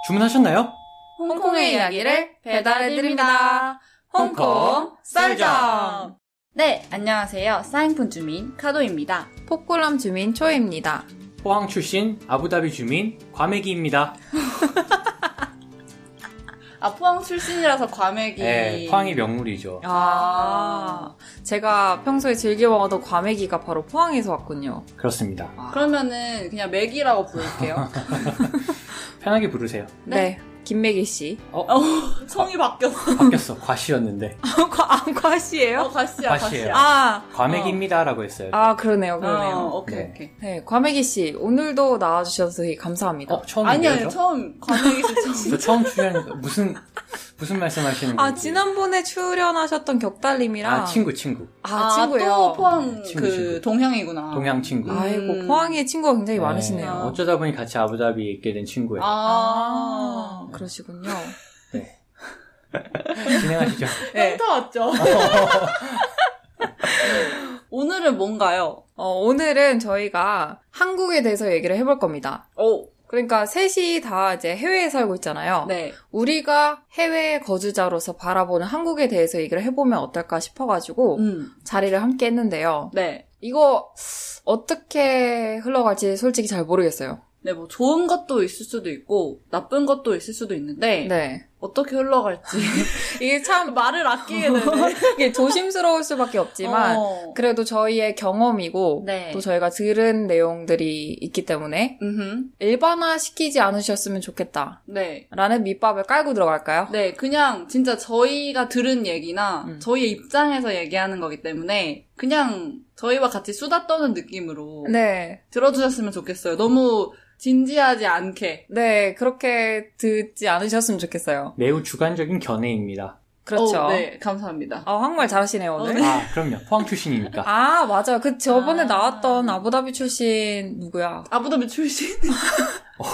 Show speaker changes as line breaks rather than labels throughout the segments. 주문하셨나요?
홍콩의 이야기를 배달해드립니다. 홍콩 썰점! 네, 안녕하세요. 사인푼 주민 카도입니다.
폭구람 주민 초입니다.
포항 출신 아부다비 주민 과메기입니다.
아, 포항 출신이라서 과메기.
예.
네, 포항이 명물이죠.
아.
아, 제가 평소에 즐겨 먹어도 과메기가 바로 포항에서 왔군요.
그렇습니다.
아.
그러면은 그냥 맥이라고 부를게요.
편하게 부르세요.
네, 김매기 씨.
어,
어, 성이 바뀌었어.
바뀌었어. 과시였는데.
과, 아, 과씨예요?
어, 가시야,
과시예요.
가시야.
아,
과메기입니다라고 했어요.
아 그러네요, 그러네요.
어, 오케이,
네.
오케이.
네, 과메기 씨 오늘도 나와주셔서 되게 감사합니다.
어, 처음
아니,
얘기하죠?
아니, 처음 과메기 씨
저 처음 출연 무슨 무슨 말씀하시는 거예요?
아 지난번에 출연하셨던 격달님이랑
아, 친구 친구
아, 친구예요.
또 포항
친구,
그
친구.
동향이구나.
동양 친구.
아, 음.
아이고 포항에 친구가 굉장히
네,
많으시네요.
아.
어쩌다 보니 같이 아부다비에 있게 된 친구예요.
아.
아, 그러시군요.
네. 진행하시죠.
네. 터 왔죠. 오늘은 뭔가요?
어, 오늘은 저희가 한국에 대해서 얘기를 해볼 겁니다.
어.
오,
그러니까 셋이 다 이제 해외에 살고 있잖아요.
네.
우리가 해외 거주자로서 바라보는 한국에 대해서 얘기를 해보면 어떨까 싶어가지고
음,
자리를 함께 했는데요.
네.
이거 어떻게 흘러갈지 솔직히 잘 모르겠어요.
네, 뭐 좋은 것도 있을 수도 있고 나쁜 것도 있을 수도 있는데
네.
어떻게 흘러갈지 어.
이게 참
말을 아끼게 되네.
이게 조심스러울 수밖에 없지만
어.
그래도 저희의 경험이고
네.
또 저희가 들은 내용들이 있기 때문에
음흠.
일반화 시키지 않으셨으면 좋겠다.
네.
라는 밑밥을 깔고 들어갈까요?
네, 그냥 진짜 저희가 들은 얘기나
음.
저희의 입장에서 얘기하는 거기 때문에 그냥 저희와 같이 수다 떠는 느낌으로
네.
들어주셨으면 좋겠어요. 너무 진지하지 않게.
네, 그렇게 듣지 않으셨으면 좋겠어요.
매우 주관적인 견해입니다.
그렇죠.
어, 네, 감사합니다.
아, 한국말 잘하시네요, 오늘.
아 그럼요. 포항 출신이니까.
아, 맞아요. 그 저번에
아.
나왔던 아부다비 출신 누구야?
아부다비 출신.
어.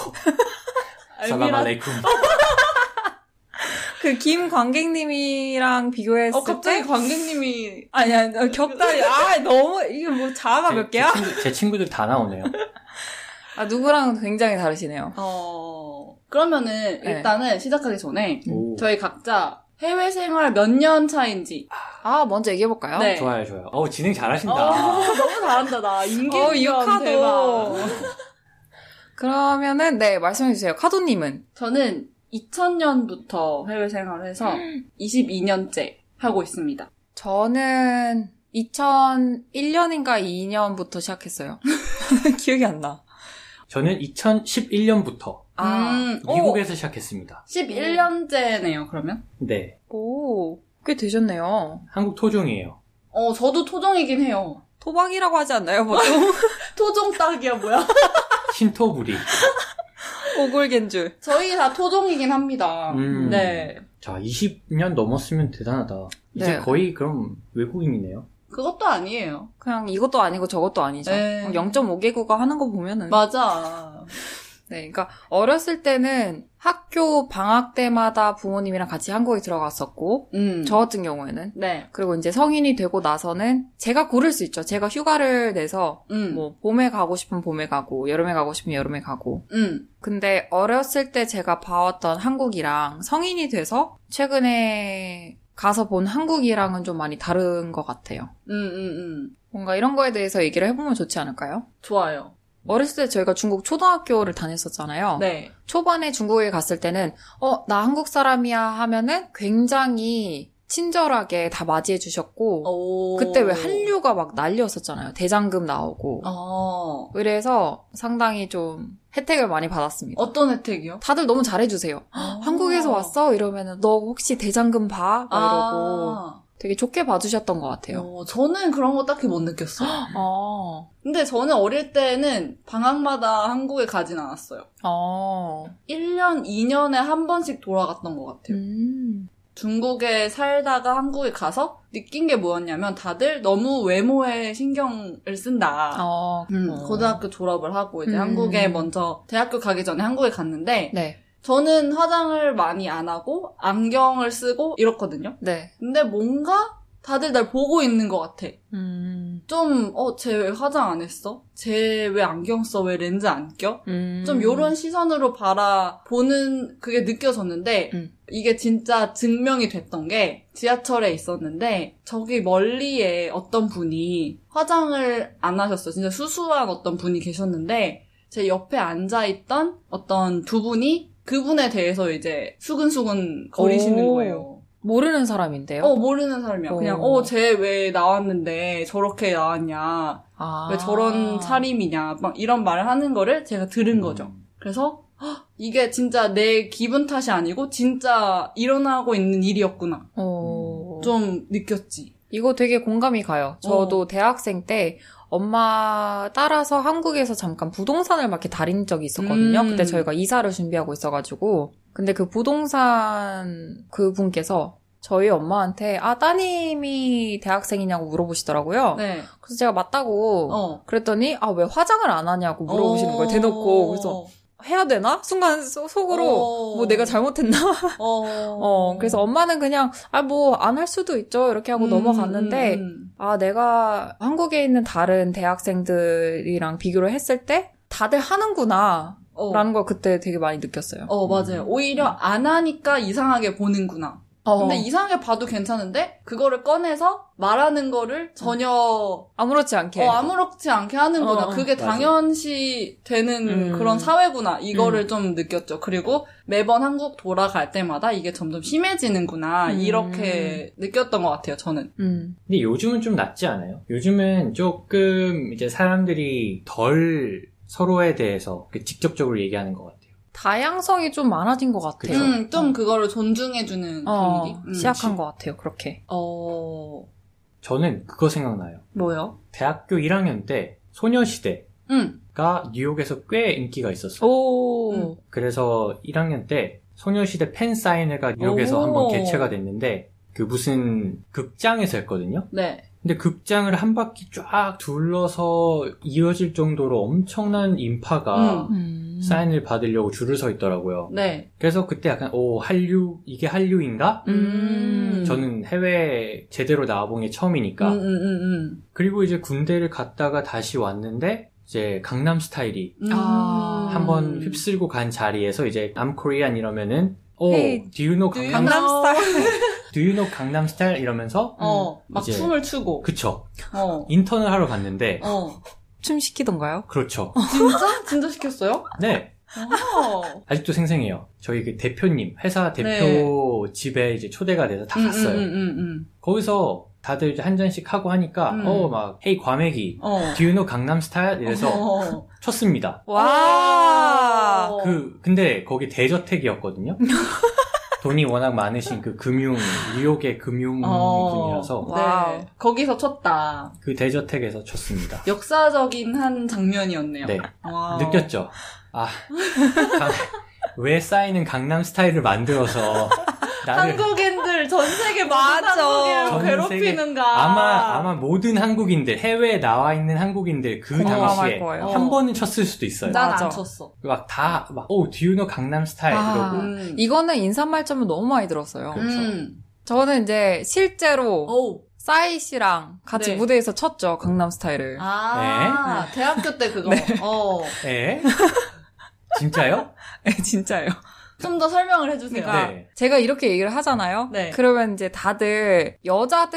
살람
알미라.
알레이쿰.
그 김관객님이랑 비교했을
어, 갑자기
때
관객님이
아니, 아니, 어, 격달이 아, 너무 이게 뭐 자아가 몇 개야?
제, 친구, 제 친구들 다 나오네요.
아, 누구랑 굉장히 다르시네요.
어, 그러면은
네.
일단은 시작하기 전에
오.
저희 각자 해외 생활 몇 년 차인지.
아, 먼저 얘기해 볼까요?
네.
좋아요, 좋아요. 어 진행
어,
잘하신다.
너무 잘한다, 나.
어,
인기
유카도.
대박.
그러면은 네, 말씀해 주세요. 카도 님은
저는 2000년부터 해외 생활을 해서 22년째 하고 있습니다.
저는 2001년인가 2년부터 시작했어요. 기억이 안 나.
저는 2011년부터
아,
음, 오,
미국에서 시작했습니다.
11년째네요, 그러면.
네,
오, 꽤 되셨네요.
한국 토종이에요.
어, 저도 토종이긴 해요.
토박이라고 하지 않나요, 뭐 보통?
토종 딱이야, 뭐야.
신토부리.
오골겐 줄.
저희 다 토종이긴 합니다.
음.
네.
자, 20년 넘었으면 대단하다. 이제
네.
거의 그럼 외국인이네요.
그것도 아니에요.
그냥 이것도 아니고 저것도 아니죠.
네.
0.5개국어 하는 거
음.
보면은.
맞아.
네, 그러니까 어렸을 때는 학교 방학 때마다 부모님이랑 같이 한국에 들어갔었고,
음.
저 같은 경우에는.
네.
그리고 이제 성인이 되고 나서는 제가 고를 수 있죠. 제가 휴가를 내서
음.
뭐 봄에 가고 싶으면 봄에 가고, 여름에 가고 싶으면 여름에 가고.
음.
근데 어렸을 때 제가 봐왔던 한국이랑 성인이 돼서 최근에 가서 본 한국이랑은 좀 많이 다른 것 같아요.
음, 음, 음.
뭔가 이런 거에 대해서 얘기를 해보면 좋지 않을까요?
좋아요.
어렸을 때 저희가 중국 초등학교를 다녔었잖아요.
네.
초반에 중국에 갔을 때는 어, 나 한국 사람이야 하면은 굉장히 친절하게 다 맞이해 주셨고
오.
어, 그때 왜 한류가 막 난리였었잖아요. 대장금 나오고.
어.
그래서 상당히 좀 혜택을 많이 받았습니다.
어떤 혜택이요?
다들 너무 잘해주세요. 어,
아.
한국에서 왔어? 이러면은 너 혹시 대장금 봐? 막 이러고
아.
되게 좋게 봐주셨던 것 같아요.
어, 저는 그런 거 딱히 못 음. 느꼈어요.
어.
근데 저는 어릴 때는 방학마다 한국에 가진 않았어요.
어.
1년, 2년에 한 번씩 돌아갔던 것 같아요.
음.
중국에 살다가 한국에 가서 느낀 게 뭐였냐면 다들 너무 외모에 신경을 쓴다.
어.
음,
어.
고등학교 졸업을 하고 이제
음.
한국에 먼저 대학교 가기 전에 한국에 갔는데
네.
저는 화장을 많이 안 하고 안경을 쓰고 이렇거든요.
네.
근데 뭔가 다들 날 보고 있는 것 같아.
음.
좀, 어, 쟤 왜 화장 안 했어? 쟤 왜 안경 써? 왜 렌즈 안 껴?
음.
좀 요런 시선으로 바라보는 그게 느껴졌는데,
음.
이게 진짜 증명이 됐던 게 지하철에 있었는데, 저기 멀리에 어떤 분이 화장을 안 하셨어요. 진짜 수수한 어떤 분이 계셨는데, 제 옆에 앉아있던 어떤 두 분이 그분에 대해서 이제 수근수근 거리시는
오.
거예요.
모르는 사람인데요.
어, 모르는 사람이야. 그냥,
어.
어, 쟤 왜 나왔는데 저렇게 나왔냐.
아. 음.
왜 저런 차림이냐. 막 이런 말을 하는 거를 제가 들은 거죠.
음.
그래서, 헉, 이게 진짜 내 기분 탓이 아니고, 진짜 일어나고 있는 일이었구나.
어.
좀 느꼈지.
이거 되게 공감이 가요.
어.
저도 대학생 때 엄마 따라서 한국에서 잠깐 부동산을 막 이렇게 다닌 적이 있었거든요.
음.
그때 저희가 이사를 준비하고 있어가지고. 근데 그 부동산 그 분께서 저희 엄마한테 아 따님이 대학생이냐고 물어보시더라고요.
네.
그래서 제가 맞다고
어.
그랬더니 아 왜 화장을 안 하냐고 물어보시는 거예요. 대놓고 그래서 해야 되나? 순간 소- 속으로 뭐 내가 잘못했나?
어.
어 그래서 엄마는 그냥 아 뭐 안 할 수도 있죠 이렇게 하고
음,
넘어갔는데
음, 음.
아, 내가 한국에 있는 다른 대학생들이랑 비교를 했을 때 다들 하는구나.
어.
라는 걸 그때 되게 많이 느꼈어요.
어, 맞아요. 오히려 안 하니까 이상하게 보는구나. 근데
어.
이상하게 봐도 괜찮은데 그거를 꺼내서 말하는 거를 전혀 어,
아무렇지 않게.
아무렇지 않게 하는구나.
어, 어.
그게
맞아.
당연시 되는
음.
그런 사회구나. 이거를 좀 느꼈죠. 그리고 매번 한국 돌아갈 때마다 이게 점점 심해지는구나.
음.
이렇게 느꼈던 것 같아요. 저는.
음.
근데 요즘은 좀 낫지 않아요? 요즘은 조금 이제 사람들이 덜 서로에 대해서 이렇게 직접적으로 얘기하는 것 같아요.
다양성이 좀 많아진 것
그쵸.
같아요.
음, 좀 그거를 존중해주는
어,
분위기. 음.
시작한 것 같아요, 그렇게.
어,
저는 그거 생각나요.
뭐요?
대학교 1학년 때 소녀시대가
음,
뉴욕에서 꽤 인기가 있었어요.
오,
음.
그래서 1학년 때 소녀시대 팬 사인회가
오.
뉴욕에서 한번 개최가 됐는데 그 무슨 극장에서 했거든요.
네.
근데 극장을 한 바퀴 쫙 둘러서 이어질 정도로 엄청난 인파가
음.
음.
사인을 받으려고 줄을 서 있더라고요.
네.
그래서 그때 약간 오 한류 이게 한류인가?
음.
저는 그러니까 해외 제대로 나와본 게 처음이니까.
음, 음, 음,
그리고 이제 군대를 갔다가 다시 왔는데 이제 강남 스타일이
음.
아,
음.
한번 휩쓸고 간 자리에서 이제 I'm Korean 이러면은 오
Hey,
do you know
do you
강남
know?
강남스타일.
do you know 강남 스타일 이러면서
음.
어, 막
이제-
춤을 추고.
그쵸
어.
인턴을 하러 갔는데
어.
춤 시키던가요?
그렇죠
진짜? 진짜 시켰어요?
네
어.
아직도 생생해요. 저희 그 대표님, 회사 대표 집에 이제 초대가 돼서 다 갔어요.
네. 음, 음, 음,
거기서 다들 이제 한 잔씩 하고 하니까,
음.
어, 막, 헤이, 과메기,
음. 어.
듀유노 강남 스타일? 이래서
어.
쳤습니다.
와,
어.
그, 근데 거기 대저택이었거든요? 돈이 워낙 많으신 그 금융, 뉴욕의
어.
금융분이라서
와.
네. 거기서 쳤다.
그 대저택에서 쳤습니다.
역사적인 한 장면이었네요.
네.
와우.
느꼈죠? 아, 강- 왜 쌓이는 강남 스타일을 만들어서 나를
한국인들 전 세계 많은
맞아.
한국인을
전
괴롭히는가.
아마 아마 모든 한국인들 해외에 나와 있는 한국인들 그
공감할
당시에
거예요. 어.
어.
한 번은 쳤을 수도 있어요.
난
맞아.
안 쳤어.
막 다 막오 어, 듀유노 강남 스타일
아.
이러고
음.
이거는 인사말점을 너무 많이 들었어요.
그- 그렇죠.
음.
저는 이제 실제로
어우.
싸이 씨랑 같이
네.
무대에서 쳤죠, 강남 스타일을.
아,
네.
대학교 때
네.
그거. 어.
에 예? 진짜요?
네, 진짜요.
좀 더 설명을 해주세요.
그러니까
네.
제가 이렇게 얘기를 하잖아요.
네.
그러면 이제 다들 여자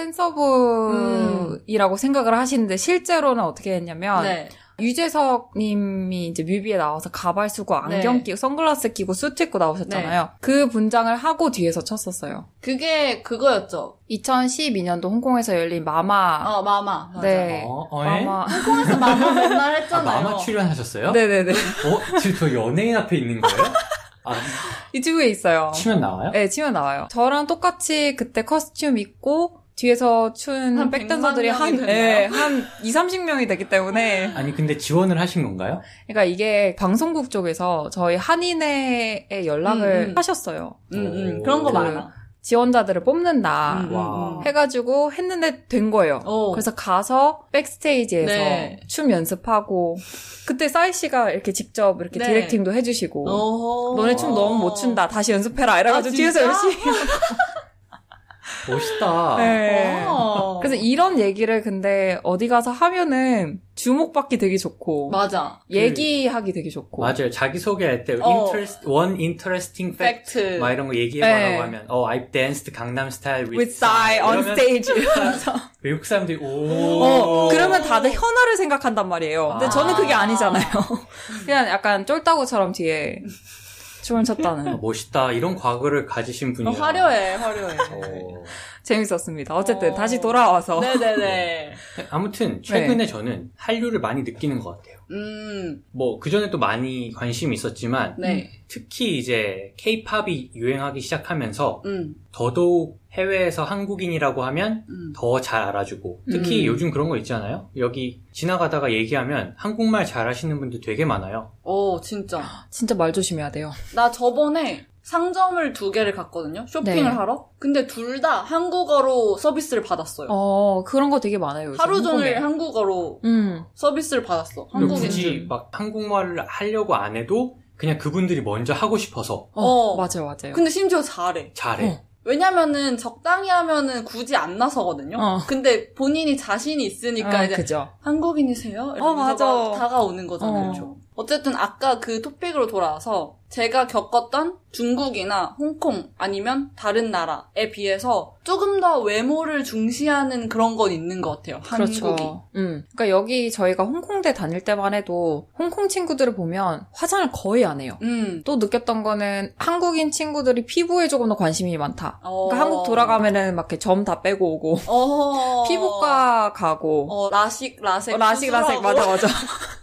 댄서부이라고 생각을 하시는데 실제로는 어떻게 했냐면
네.
유재석님이 이제 뮤비에 나와서 가발 쓰고 안경
네.
끼고 선글라스 끼고 수트 입고 나오셨잖아요. 그 분장을 하고 뒤에서 쳤었어요. 그게
그거였죠.
2012년도 홍콩에서 열린 마마.
어, 마마. 맞아.
네.
어, 어, 에?
마마.
홍콩에서 마마
아,
맨날 했잖아요.
마마 출연하셨어요?
네네네.
어 지금 저 연예인 앞에 있는 거예요? 아,
유튜브에 있어요.
치면 나와요?
네, 치면 나와요. 저랑 똑같이 그때 커스튬 입고 뒤에서
한
춘
100만
백댄서들이 한,
명이
예, 한 2, 30명이 되기 때문에.
아니 근데 지원을 하신 건가요?
그러니까 이게 방송국 쪽에서 저희 한인회에 연락을
음, 음.
하셨어요.
응, 응.
오.
그런 거
그-
많아.
지원자들을 뽑는다.
음, 음,
아, 와.
음.
해가지고 했는데 된 거예요.
어.
그래서 가서 백스테이지에서
네.
춤 연습하고 그때 싸이 씨가 이렇게 직접 이렇게
네.
디렉팅도 해주시고
어허.
너네 춤 너무 못 춘다. 다시 연습해라. 이래가지고
아,
뒤에서
진짜?
열심히.
멋있다.
네.
어.
그래서 이런 얘기를 근데 어디 가서 하면은 주목받기 되게 좋고
맞아.
얘기하기 되게 좋고
맞아요. 자기소개할 때,
어.
interest, one interesting fact.
팩트.
막 이런 거 얘기해봐라고
네.
하면, 어, I've danced 강남 스타일 with,
with die on
이러면
stage 이러면서
외국 사람들이, 오.
어, 그러면 다들 현아를 생각한단 말이에요. 근데
아.
저는 그게 아니잖아요. 그냥 약간 쫄따구처럼 뒤에 춤을
아,
췄다는.
멋있다. 이런 과거를 가지신
어,
분이에요.
화려해, 화려해.
어.
재밌었습니다. 어쨌든
어.
다시 돌아와서.
네네네.
아무튼,
네.
최근에 저는 한류를 많이 느끼는 것 같아요.
음,
뭐, 그전에도 많이 관심이 있었지만,
네.
특히 이제 케이팝이 유행하기 시작하면서
음,
더더욱 해외에서 한국인이라고 하면
음.
더 잘 알아주고 특히
음.
요즘 그런 거 있잖아요 여기 지나가다가 얘기하면 한국말 잘하시는 분들 되게 많아요
오, 진짜.
진짜 말 조심해야 돼요.
나 저번에 상점을 두 개를 갔거든요. 쇼핑을
네.
하러. 근데 둘 다 한국어로 서비스를 받았어요.
어, 그런 거 되게 많아요. 요즘
하루 종일
홍콩에.
한국어로
음.
서비스를 받았어.
음.
근데
한국인.
굳이 막 한국말을 하려고 안 해도 그냥 그분들이 먼저 하고 싶어서
어,
어.
맞아요, 맞아요.
근데 심지어 잘해.
잘해
어.
왜냐면은 적당히 하면은 굳이 안 나서거든요.
어.
근데 본인이 자신이 있으니까
아,
이제
그죠.
한국인이세요?
어, 맞아.
이러면서 막 다가오는 거잖아요.
어.
그렇죠. 어쨌든 아까 그 토픽으로 돌아와서 제가 겪었던 중국이나 홍콩 아니면 다른 나라에 비해서 조금 더 외모를 중시하는 그런 건 있는 것 같아요. 한국이.
그렇죠. 음. 그러니까 여기 저희가 홍콩대 다닐 때만 해도 홍콩 친구들을 보면 화장을 거의 안 해요.
음.
또 느꼈던 거는 한국인 친구들이 피부에 조금 더 관심이 많다.
어.
그러니까 한국 돌아가면은 막 이렇게 점 다 빼고 오고
어.
피부과 가고
어, 라식, 라섹.
어, 라식 라식
수술하고.
맞아 맞아 하고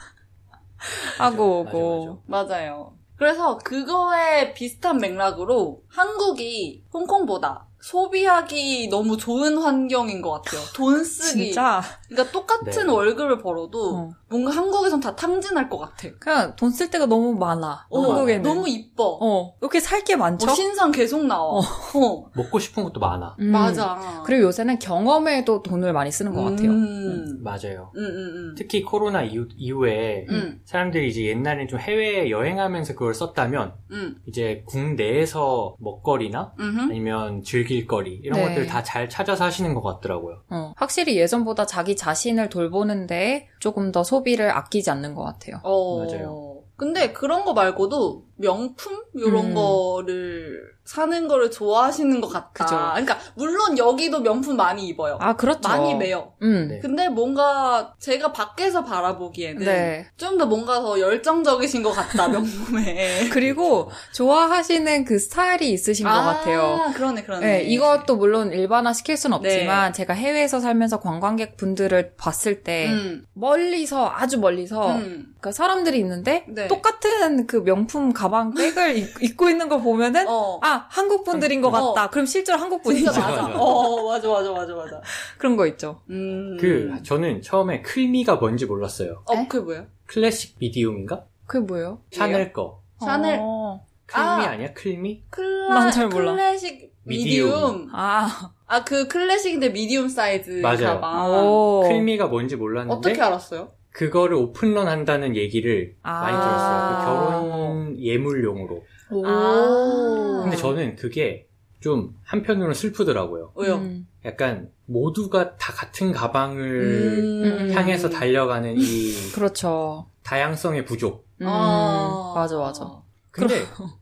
맞아, 맞아,
오고
맞아요. 그래서 그거에 비슷한 맥락으로 한국이 홍콩보다 소비하기 너무 좋은 환경인 것 같아요. 돈 쓰기.
진짜
그러니까 똑같은
네.
월급을 벌어도
어.
뭔가 한국에선 다 탕진할 것 같아.
그냥 돈 쓸 데가 너무 많아
어,
한국에는
너무 이뻐. 어,
어 이렇게 살 게 많죠
신상 계속 나와.
어.
어,
먹고 싶은 것도 많아
음.
맞아.
그리고 요새는 경험에도 돈을 많이 쓰는 것 같아요
음,
맞아요
음, 음, 음.
특히 코로나 이후, 이후에
음,
사람들이 이제 옛날에 좀 해외 여행하면서 그걸 썼다면
음,
이제 국내에서 먹거리나
음.
아니면 즐길 거리 이런
네.
것들 다 잘 찾아서 하시는 것 같더라고요.
어, 확실히 예전보다 자기 자신을 돌보는데 조금 더 소비를 아끼지 않는 것 같아요
어.
맞아요.
근데 그런 거 말고도 명품 이런
음.
거를 사는 거를 좋아하시는 것 같다.
그죠.
그러니까 물론 여기도 명품 많이 입어요.
아 그렇죠
많이 매요.
음.
네.
근데 뭔가 제가 밖에서 바라보기에는
네.
좀 더 뭔가 더 열정적이신 것 같다 명품에.
그리고 좋아하시는 그 스타일이 있으신 것 같아요.
그러네 그러네.
네, 이것도 물론 일반화 시킬 순
네.
없지만 제가 해외에서 살면서 관광객 분들을 봤을 때
음,
멀리서 아주 멀리서
음.
그러니까 사람들이 있는데
네.
똑같은 그 명품 가방 백을 입- 입고 있는 걸 보면은
어.
아 한국 분들인 것
어.
같다. 그럼 실제로 한국
진짜
분이죠.
맞아.
맞아.
어, 맞아, 맞아, 맞아, 맞아.
그런 거 있죠.
음.
그 저는 처음에 클미가 뭔지 몰랐어요.
어, 그게 뭐예요?
클래식 미디움인가?
그게 뭐예요?
샤넬 거.
샤넬.
어.
클미
아.
아. 니야 클미?
클라,
난잘 몰라.
클래식 미디움.
미디움.
아,
아, 그 클래식인데 미디움 사이즈
맞아요.
가방.
오.
클미가 뭔지 몰랐는데
어떻게 알았어요?
그거를 오픈런 한다는 얘기를
아.
많이 들었어요. 그 결혼 예물용으로.
오.
아.
근데 저는 그게 좀 한편으로는 슬프더라고요.
왜요?
음.
약간 모두가 다 같은 가방을
음.
그 향해서 달려가는 이
그렇죠.
다양성의 부족.
음,
아.
맞아 맞아.
근데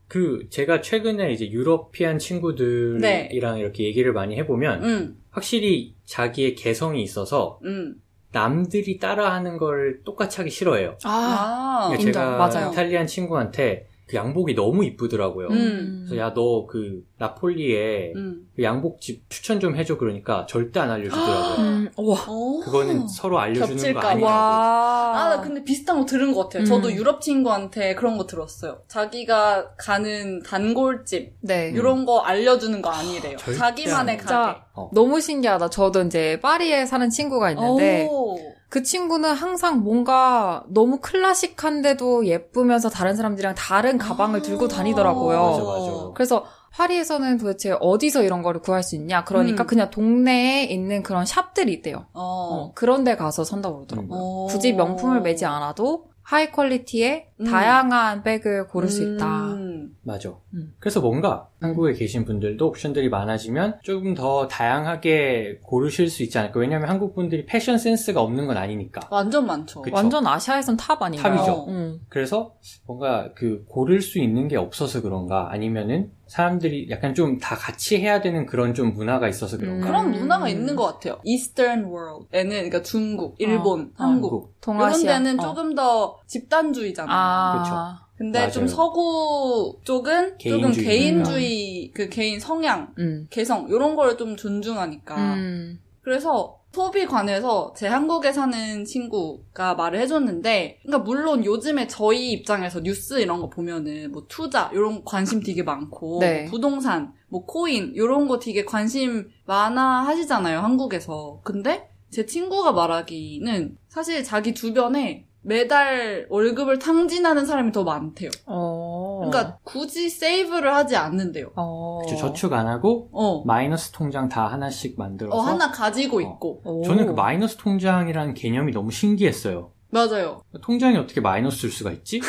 그 제가 최근에 이제 유러피안 친구들이랑 이렇게 얘기를 많이 해보면
음,
확실히 자기의 개성이 있어서
음.
남들이 따라하는 걸 똑같이 하기 싫어해요.
아,
아,
그러니까
인정.
제가
맞아요.
이탈리안 친구한테 그 양복이 너무 이쁘더라고요.
음.
그래서 야 너 그 나폴리에
음.
그 양복집 추천 좀 해줘 그러니까 절대 안 알려주더라고요.
음, 와,
오.
그거는 서로 알려주는 거
겹칠까 봐.
아니라고.
와.
아, 나 근데 비슷한 거 들은 것 같아요.
음.
저도 유럽 친구한테 그런 거 들었어요. 자기가 가는 단골집,
네.
이런 거 알려주는 거 아니래요.
절대
자기만의
안
가게.
진짜
어.
너무 신기하다. 저도 이제 파리에 사는 친구가 있는데
오.
그 친구는 항상 뭔가 너무 클래식한데도 예쁘면서 다른 사람들이랑 다른 가방을
아.
들고 다니더라고요.
맞아, 맞아.
그래서 파리에서는 도대체 어디서 이런 거를 구할 수 있냐? 그러니까
음.
그냥 동네에 있는 그런 샵들이 있대요.
어.
어, 그런 데 가서 산다고 그러더라고요.
음.
어.
굳이 명품을 매지 않아도 하이 퀄리티의
음.
다양한 백을 고를 수 있다.
음.
맞아.
음.
그래서 뭔가
음.
한국에 계신 분들도 옵션들이 많아지면 조금 더 다양하게 고르실 수 있지 않을까. 왜냐면 한국 분들이 패션 센스가 없는 건 아니니까.
완전 많죠.
그쵸.
완전 아시아에선 탑 아닌가요?
탑이죠.
음.
그래서 뭔가 그 고를 수 있는 게 없어서 그런가 아니면은 사람들이 약간 좀 다 같이 해야 되는 그런 좀 문화가 있어서 그런가.
음.
그런 문화가 있는 것 같아요. Eastern World에는 그러니까 중국, 일본,
어.
한국 이런
동아시아.
데는
어.
조금 더 집단주의잖아요.
아,
근데 좀
맞아요.
서구 쪽은 조금
개인주의.
개인주의, 그 개인 성향,
음.
개성 이런 거를 좀 존중하니까.
음.
그래서 소비 관해서 제 한국에 사는 친구가 말을 해줬는데, 그러니까 물론 요즘에 저희 입장에서 뉴스 이런 거 보면은 뭐 투자 이런 관심 되게 많고
네.
뭐 부동산, 뭐 코인 이런 거 되게 관심 많아 하시잖아요 한국에서. 근데 제 친구가 말하기는 사실 자기 주변에 매달 월급을 탕진하는 사람이 더 많대요.
어.
그러니까 굳이 세이브를 하지 않는데요.
어.
그쵸, 저축 안 하고
어,
마이너스 통장 다 하나씩 만들어서.
어 하나 가지고
어.
있고
오.
저는 그 마이너스 통장이라는 개념이 너무 신기했어요.
맞아요.
통장이 어떻게 마이너스 줄 수가 있지?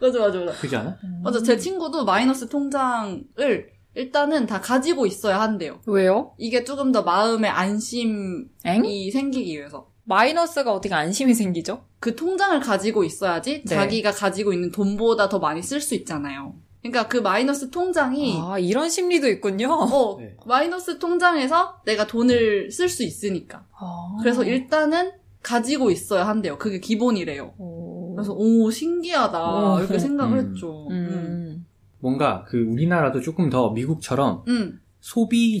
맞아 맞아 맞아.
그지 않아?
음.
맞아, 제 친구도 마이너스 통장을 일단은 다 가지고 있어야 한대요.
왜요?
이게 조금 더 마음의 안심이
엥?
생기기 위해서.
마이너스가 어떻게 안심이 생기죠?
그 통장을 가지고 있어야지
네.
자기가 가지고 있는 돈보다 더 많이 쓸 수 있잖아요. 그러니까 그 마이너스 통장이,
아, 이런 심리도 있군요.
어,
네.
마이너스 통장에서 내가 돈을 쓸 수 있으니까.
아.
그래서 일단은 가지고 있어야 한대요. 그게 기본이래요.
오.
그래서, 오, 신기하다.
오.
이렇게 생각을
음.
했죠. 음.
어. 음.
뭔가 그 우리나라도 조금 더 미국처럼
음. 소비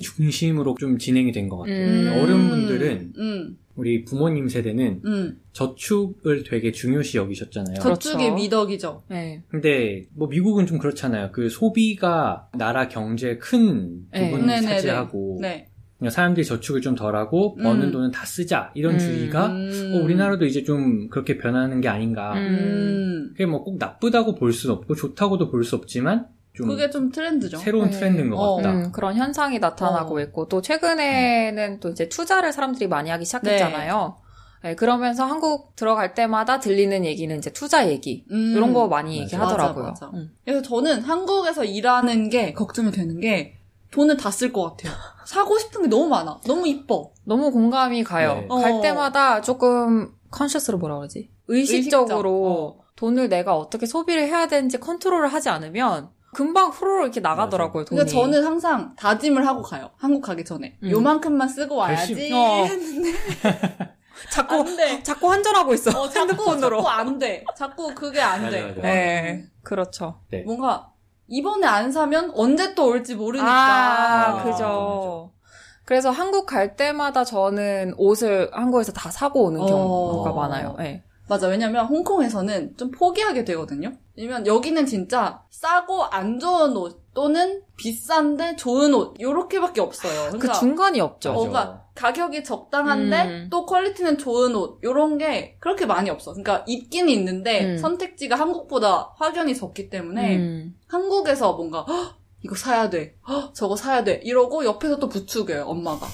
소비 중심으로 좀 진행이 된 것 같아요.
음.
어른분들은
음.
우리 부모님 세대는
음.
저축을 되게 중요시 여기셨잖아요.
저-
저축의
그렇죠.
미덕이죠.
네.
근데 뭐 미국은 좀 그렇잖아요. 그 소비가 나라 경제의 큰
네.
부분을
네네네.
차지하고
네.
그냥 사람들이 저축을 좀 덜하고 버는
음.
돈은 다 쓰자 이런
음.
주의가
음.
어, 우리나라도 이제 좀 그렇게 변하는 게 아닌가.
음.
음.
그게 뭐 꼭 나쁘다고 볼 수는 없고 좋다고도 볼 수 없지만 좀
그게 좀 트렌드죠.
새로운
네.
트렌드인 것
어.
같다.
음, 그런 현상이 나타나고
어.
있고 또 최근에는 또 이제 투자를 사람들이 많이 하기 시작했잖아요. 네, 그러면서 한국 들어갈 때마다 들리는 얘기는 이제 투자 얘기
음.
이런 거 많이
맞아.
얘기하더라고요.
맞아, 맞아.
음.
그래서 저는 한국에서 일하는 게 걱정이 되는 게 돈을 다 쓸 것 같아요. 사고 싶은 게 너무 많아. 너무 이뻐.
너무 공감이 가요.
네.
어.
갈 때마다 조금 컨셔스로 뭐라 그러지? 의식적으로
의식적. 어.
돈을 내가 어떻게 소비를 해야 되는지 컨트롤을 하지 않으면 금방 후루룩 이렇게 나가더라고요. 돈이.
그러니까 저는 항상 다짐을 하고 가요. 한국 가기 전에.
음.
요만큼만 쓰고 와야지.
결심.
어.
했는데
자꾸
안 돼.
자꾸 환전하고 있어.
어, 자꾸,
핸드폰으로.
자꾸 안 돼. 자꾸 그게 안 돼.
맞아, 맞아.
네, 그렇죠.
네.
뭔가 이번에 안 사면 언제 또 올지 모르니까. 어.
아,
아,
그죠.
맞아, 맞아.
그래서 한국 갈 때마다 저는 옷을 한국에서 다 사고 오는
어.
경우가 많아요. 네.
맞아. 왜냐면 홍콩에서는 좀 포기하게 되거든요. 왜냐면 여기는 진짜 싸고 안 좋은 옷 또는 비싼데 좋은 옷 요렇게밖에 없어요.
그
그러니까
중간이 없죠.
맞아.
뭔가 가격이 적당한데
음.
또 퀄리티는 좋은 옷 요런 게 그렇게 많이 없어. 그러니까 있긴 있는데
음.
선택지가 한국보다 확연히 적기 때문에
음.
한국에서 뭔가 "헉, 이거 사야 돼. 헉, 저거 사야 돼. 이러고 옆에서 또 부추겨요, 엄마가.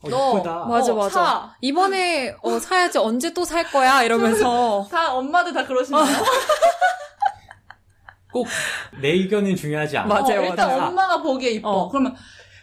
어,
너-
예쁘다.
뭐- 맞아,
어,
맞아.
사.
이번에 어, 사야지 언제 또 살 거야 이러면서
다 엄마들 다
아,
그러시나요?
꼭 내 의견은 중요하지 않아.
맞아. 맞아요,
어, 일단
맞아요.
엄마가 보기에 이뻐.
어.
그러면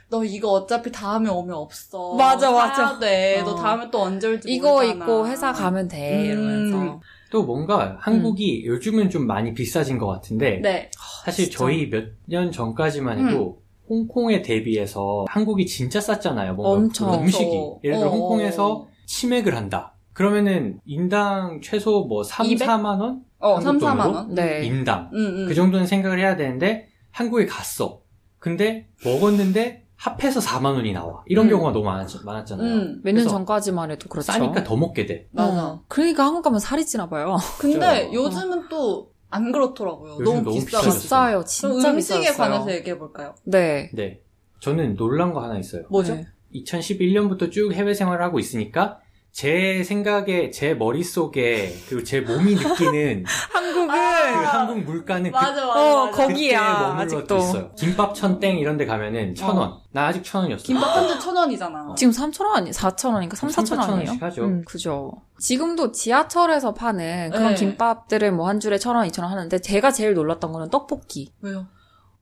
너 이거 어차피 다음에 오면 없어. 사야
맞아, 맞아.
돼.
어.
너 다음에 또 언제 올지
이거
모르잖아.
입고 회사 가면 돼
음.
이러면서
또 뭔가 한국이 요즘은 좀 많이 비싸진 것 같은데
네.
사실
진짜. 음.
저희 몇 년 전까지만 해도 홍콩에 대비해서 한국이 진짜 쌌잖아요. 뭔가
엄청.
그 음식이
그렇죠.
예를 들어
어.
홍콩에서 치맥을 한다. 그러면은 인당 최소 뭐 3,
200?
4만 원
어,
한국
3, 4만
돈으로?
원.
네.
인당
음, 음.
그 정도는 생각을 해야 되는데 한국에 갔어. 근데 먹었는데 합해서 4만 원이 나와. 이런
음.
경우가 너무 많았, 많았잖아요.
음,
몇 년
그래서
전까지만 해도 그렇죠.
싸니까 더 먹게 돼.
맞아.
어. 그러니까 한국 가면 살이 찌나 봐요.
근데
진짜요.
요즘은 또 안 그렇더라고요.
요즘
너무
너무
비싸가지고.
비싸졌어요.
비싸요,
그러니까. 그럼
진짜
음식에
비싸요.
관해서 얘기해볼까요?
네.
네. 저는 놀란 거 하나 있어요.
뭐죠?
네.
2011년부터 쭉 해외 생활을 하고 있으니까 제 생각에, 제 머릿속에, 그리고 제 몸이 느끼는
한국은
그
아,
한국 물가는 그
맞아, 맞아.
어,
맞아.
거기- 거기야,
그때 머물러
아직도. 어.
있어요. 김밥 천땡 이런 데 가면은 천 원. 나 아직 천 원이었어.
김밥 한 대 천 원이잖아.
지금 3,000원 아니 4,000원인가? 3, 4,000원 아니에요?
3,000원씩 하죠.
음, 그죠. 지금도 지하철에서 파는 그런
네.
김밥들을 뭐 한 줄에 1,000원, 2,000원 하는데 제가 제일 놀랐던 거는 떡볶이.
왜요?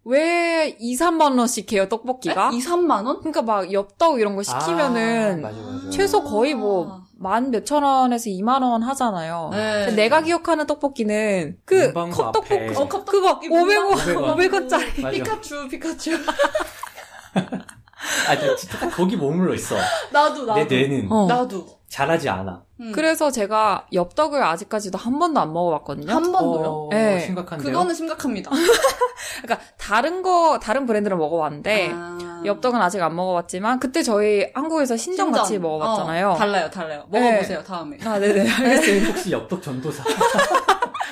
왜 2, 3만 원씩 해요, 떡볶이가?
2, 3만 원?
그러니까 막 엽떡 이런 거 시키면은
아, 맞아, 맞아.
최소 거의 뭐 만 몇천 원에서 2만 원 하잖아요.
아. 네.
근데 내가 기억하는 떡볶이는 그
문방구
컵떡볶이
앞에.
어, 컵떡-
그거
이 음.
500원
500원.
500원짜리
맞아.
피카츄, 피카츄.
아, 저 진짜 딱 거기 머물러 있어.
나도, 나도.
내 뇌는
어.
나도.
잘하지 않아.
음.
그래서 제가 엽떡을 아직까지도 한 번도 안 먹어봤거든요.
한 번도요?
어,
네.
심각한데요.
그거는 심각합니다.
그러니까 다른 거 다른 브랜드를 먹어봤는데
아.
네. 엽떡은 아직 안 먹어봤지만 그때 저희 한국에서 신정 같이 먹어봤잖아요. 네.
어, 달라요, 달라요. 먹어보세요, 다음에.
아 네네 알겠습니다.
혹시 엽떡 전도사.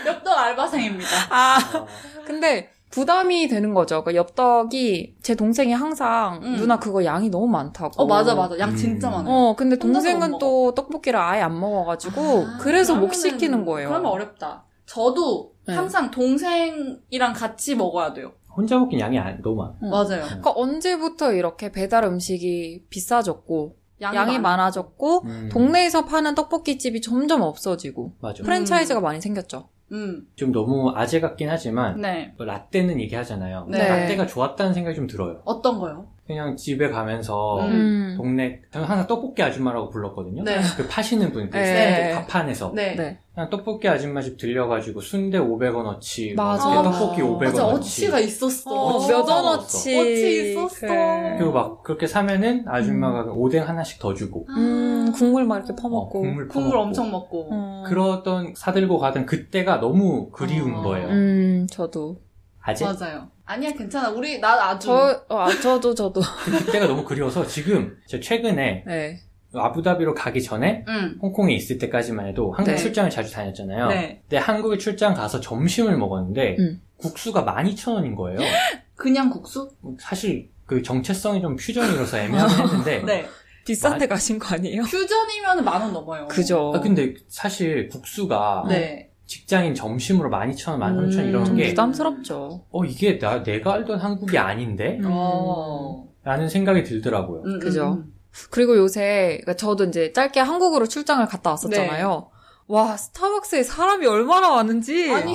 엽떡 알바생입니다.
아
어,
근데 부담이 되는 거죠. 그 엽떡이 제 동생이 항상
음.
누나 그거 양이 너무 많다고.
어, 맞아, 맞아. 양
음.
진짜 많아요.
어 근데
혼자서
동생은
못
또 떡볶이를 아예 안 먹어가지고
아,
그래서 못
그러면은-
시키는 거예요.
그러면 어렵다. 저도
네.
항상 동생이랑 같이 먹어야 돼요.
혼자 먹긴 양이 안- 너무 많아.
음.
맞아요.
그러니까 언제부터 이렇게 배달 음식이 비싸졌고
양이,
양이
많아.
많아졌고
음,
동네에서 파는 떡볶이 집이 점점 없어지고
맞아.
프랜차이즈가 많이 생겼죠.
음,
좀 너무 아재 같긴
음.
하지만
네.
뭐 라떼는 얘기하잖아요.
네.
라떼가 좋았다는 생각이 좀 들어요.
어떤 거요?
그냥 집에 가면서
음.
동네 저는 항상 떡볶이 아줌마라고 불렀거든요.
네.
그 파시는 분, 그
네.
네. 가판에서
네.
네.
그냥 떡볶이 아줌마 집 들려가지고 순대 500원어치,
맞아.
떡볶이
아,
500원어치,
맞아, 어치가 있었어.
어,
몇
진짜
원어치
어치 있었어.
그래.
그리고 막 그렇게 사면은 아줌마가
음.
오뎅 하나씩 더 주고
아.
음, 국물 막 이렇게
어,
퍼먹고
국물 퍼먹고
국물 엄청 먹고.
어.
그러던 사들고 가던 그때가 너무 그리운
어.
거예요.
음 저도
아직
맞아요. 아니야, 괜찮아. 우리, 나 아주.
저, 어, 아, 저도, 저도.
그때가 너무 그리워서 지금 제 최근에
네.
아부다비로 가기 전에
음.
홍콩에 있을 때까지만 해도 한국
네.
출장을 자주 다녔잖아요.
네.
근데 한국에 출장 가서 점심을 먹었는데
음.
국수가 12,000원인 거예요.
그냥 국수?
사실 그 정체성이 좀 퓨전이라서 애매하긴 했는데
네.
비싼데 가신 거 아니에요?
퓨전이면 만 원 넘어요.
그죠.
아, 근데 사실 국수가
네.
직장인 점심으로 12,000원, 13,000원 이런
음. 좀
게
부담스럽죠.
어, 이게 나, 내가 알던 한국이 아닌데?
음.
어.
라는 생각이 들더라고요.
음,
그죠.
음,
그리고 요새, 그러니까 저도 이제 짧게 한국으로 출장을 갔다 왔었잖아요. 와, 스타벅스에 사람이 얼마나 많은지
음. 아니,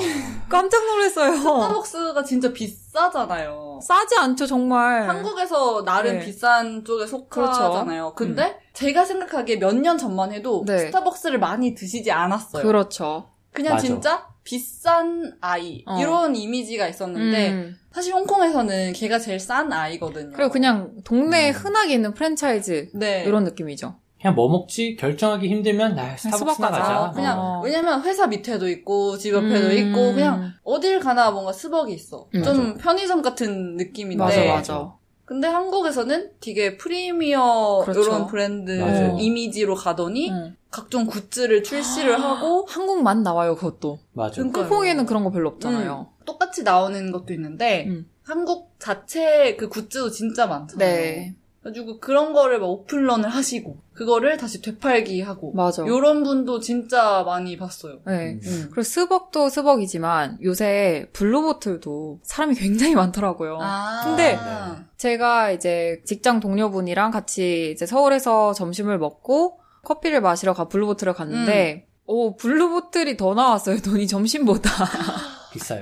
깜짝 놀랐어요.
스타벅스가 진짜 비싸잖아요.
싸지 않죠, 정말.
한국에서 나름
네. 그렇죠. 음.
비싼 쪽에 속하잖아요. 근데 제가 생각하기에 몇 년 전만 해도
네.
스타벅스를 많이 드시지 않았어요.
그렇죠.
그냥
맞아.
진짜 비싼 아이
어.
이런 이미지가 있었는데
음.
사실 홍콩에서는 걔가 제일 싼 아이거든요.
그리고 그냥 동네에
음.
흔하게 있는 프랜차이즈
네.
이런 느낌이죠.
그냥 뭐 먹지? 결정하기 힘들면 나 스타벅스나
수박 과자.
가자.
아, 그냥
어.
왜냐면 회사 밑에도 있고 집 옆에도
음.
있고 그냥 어딜 가나 뭔가 스벅이 있어.
음.
좀 편의점 같은 느낌인데.
맞아,
네.
맞아.
근데 한국에서는 되게 프리미어
그렇죠.
이런 브랜드
맞아요.
이미지로 가더니
음. 아.
각종 굿즈를 출시를 하고
한국만 나와요, 그것도.
맞아.
음. 아. 그러니까요. 음.
홍콩에는 그런 거 별로 없잖아요.
똑같이 나오는 것도 있는데
음.
한국 자체 그 굿즈도 진짜 많잖아요.
네.
그래가지고 그런 거를 막 오픈런을 하시고 그거를 다시 되팔기 하고
맞아.
요런 분도 진짜 많이 봤어요.
네.
음.
그리고 스벅도 스벅이지만 요새 블루보틀도 사람이 굉장히 많더라고요.
아.
근데-
네.
제가 이제 직장 동료분이랑 같이 이제 서울에서 점심을 먹고 커피를 마시러 가 블루보틀을
음.
갔는데 오 블루보틀이 더 나왔어요 돈이 점심보다.
비싸요.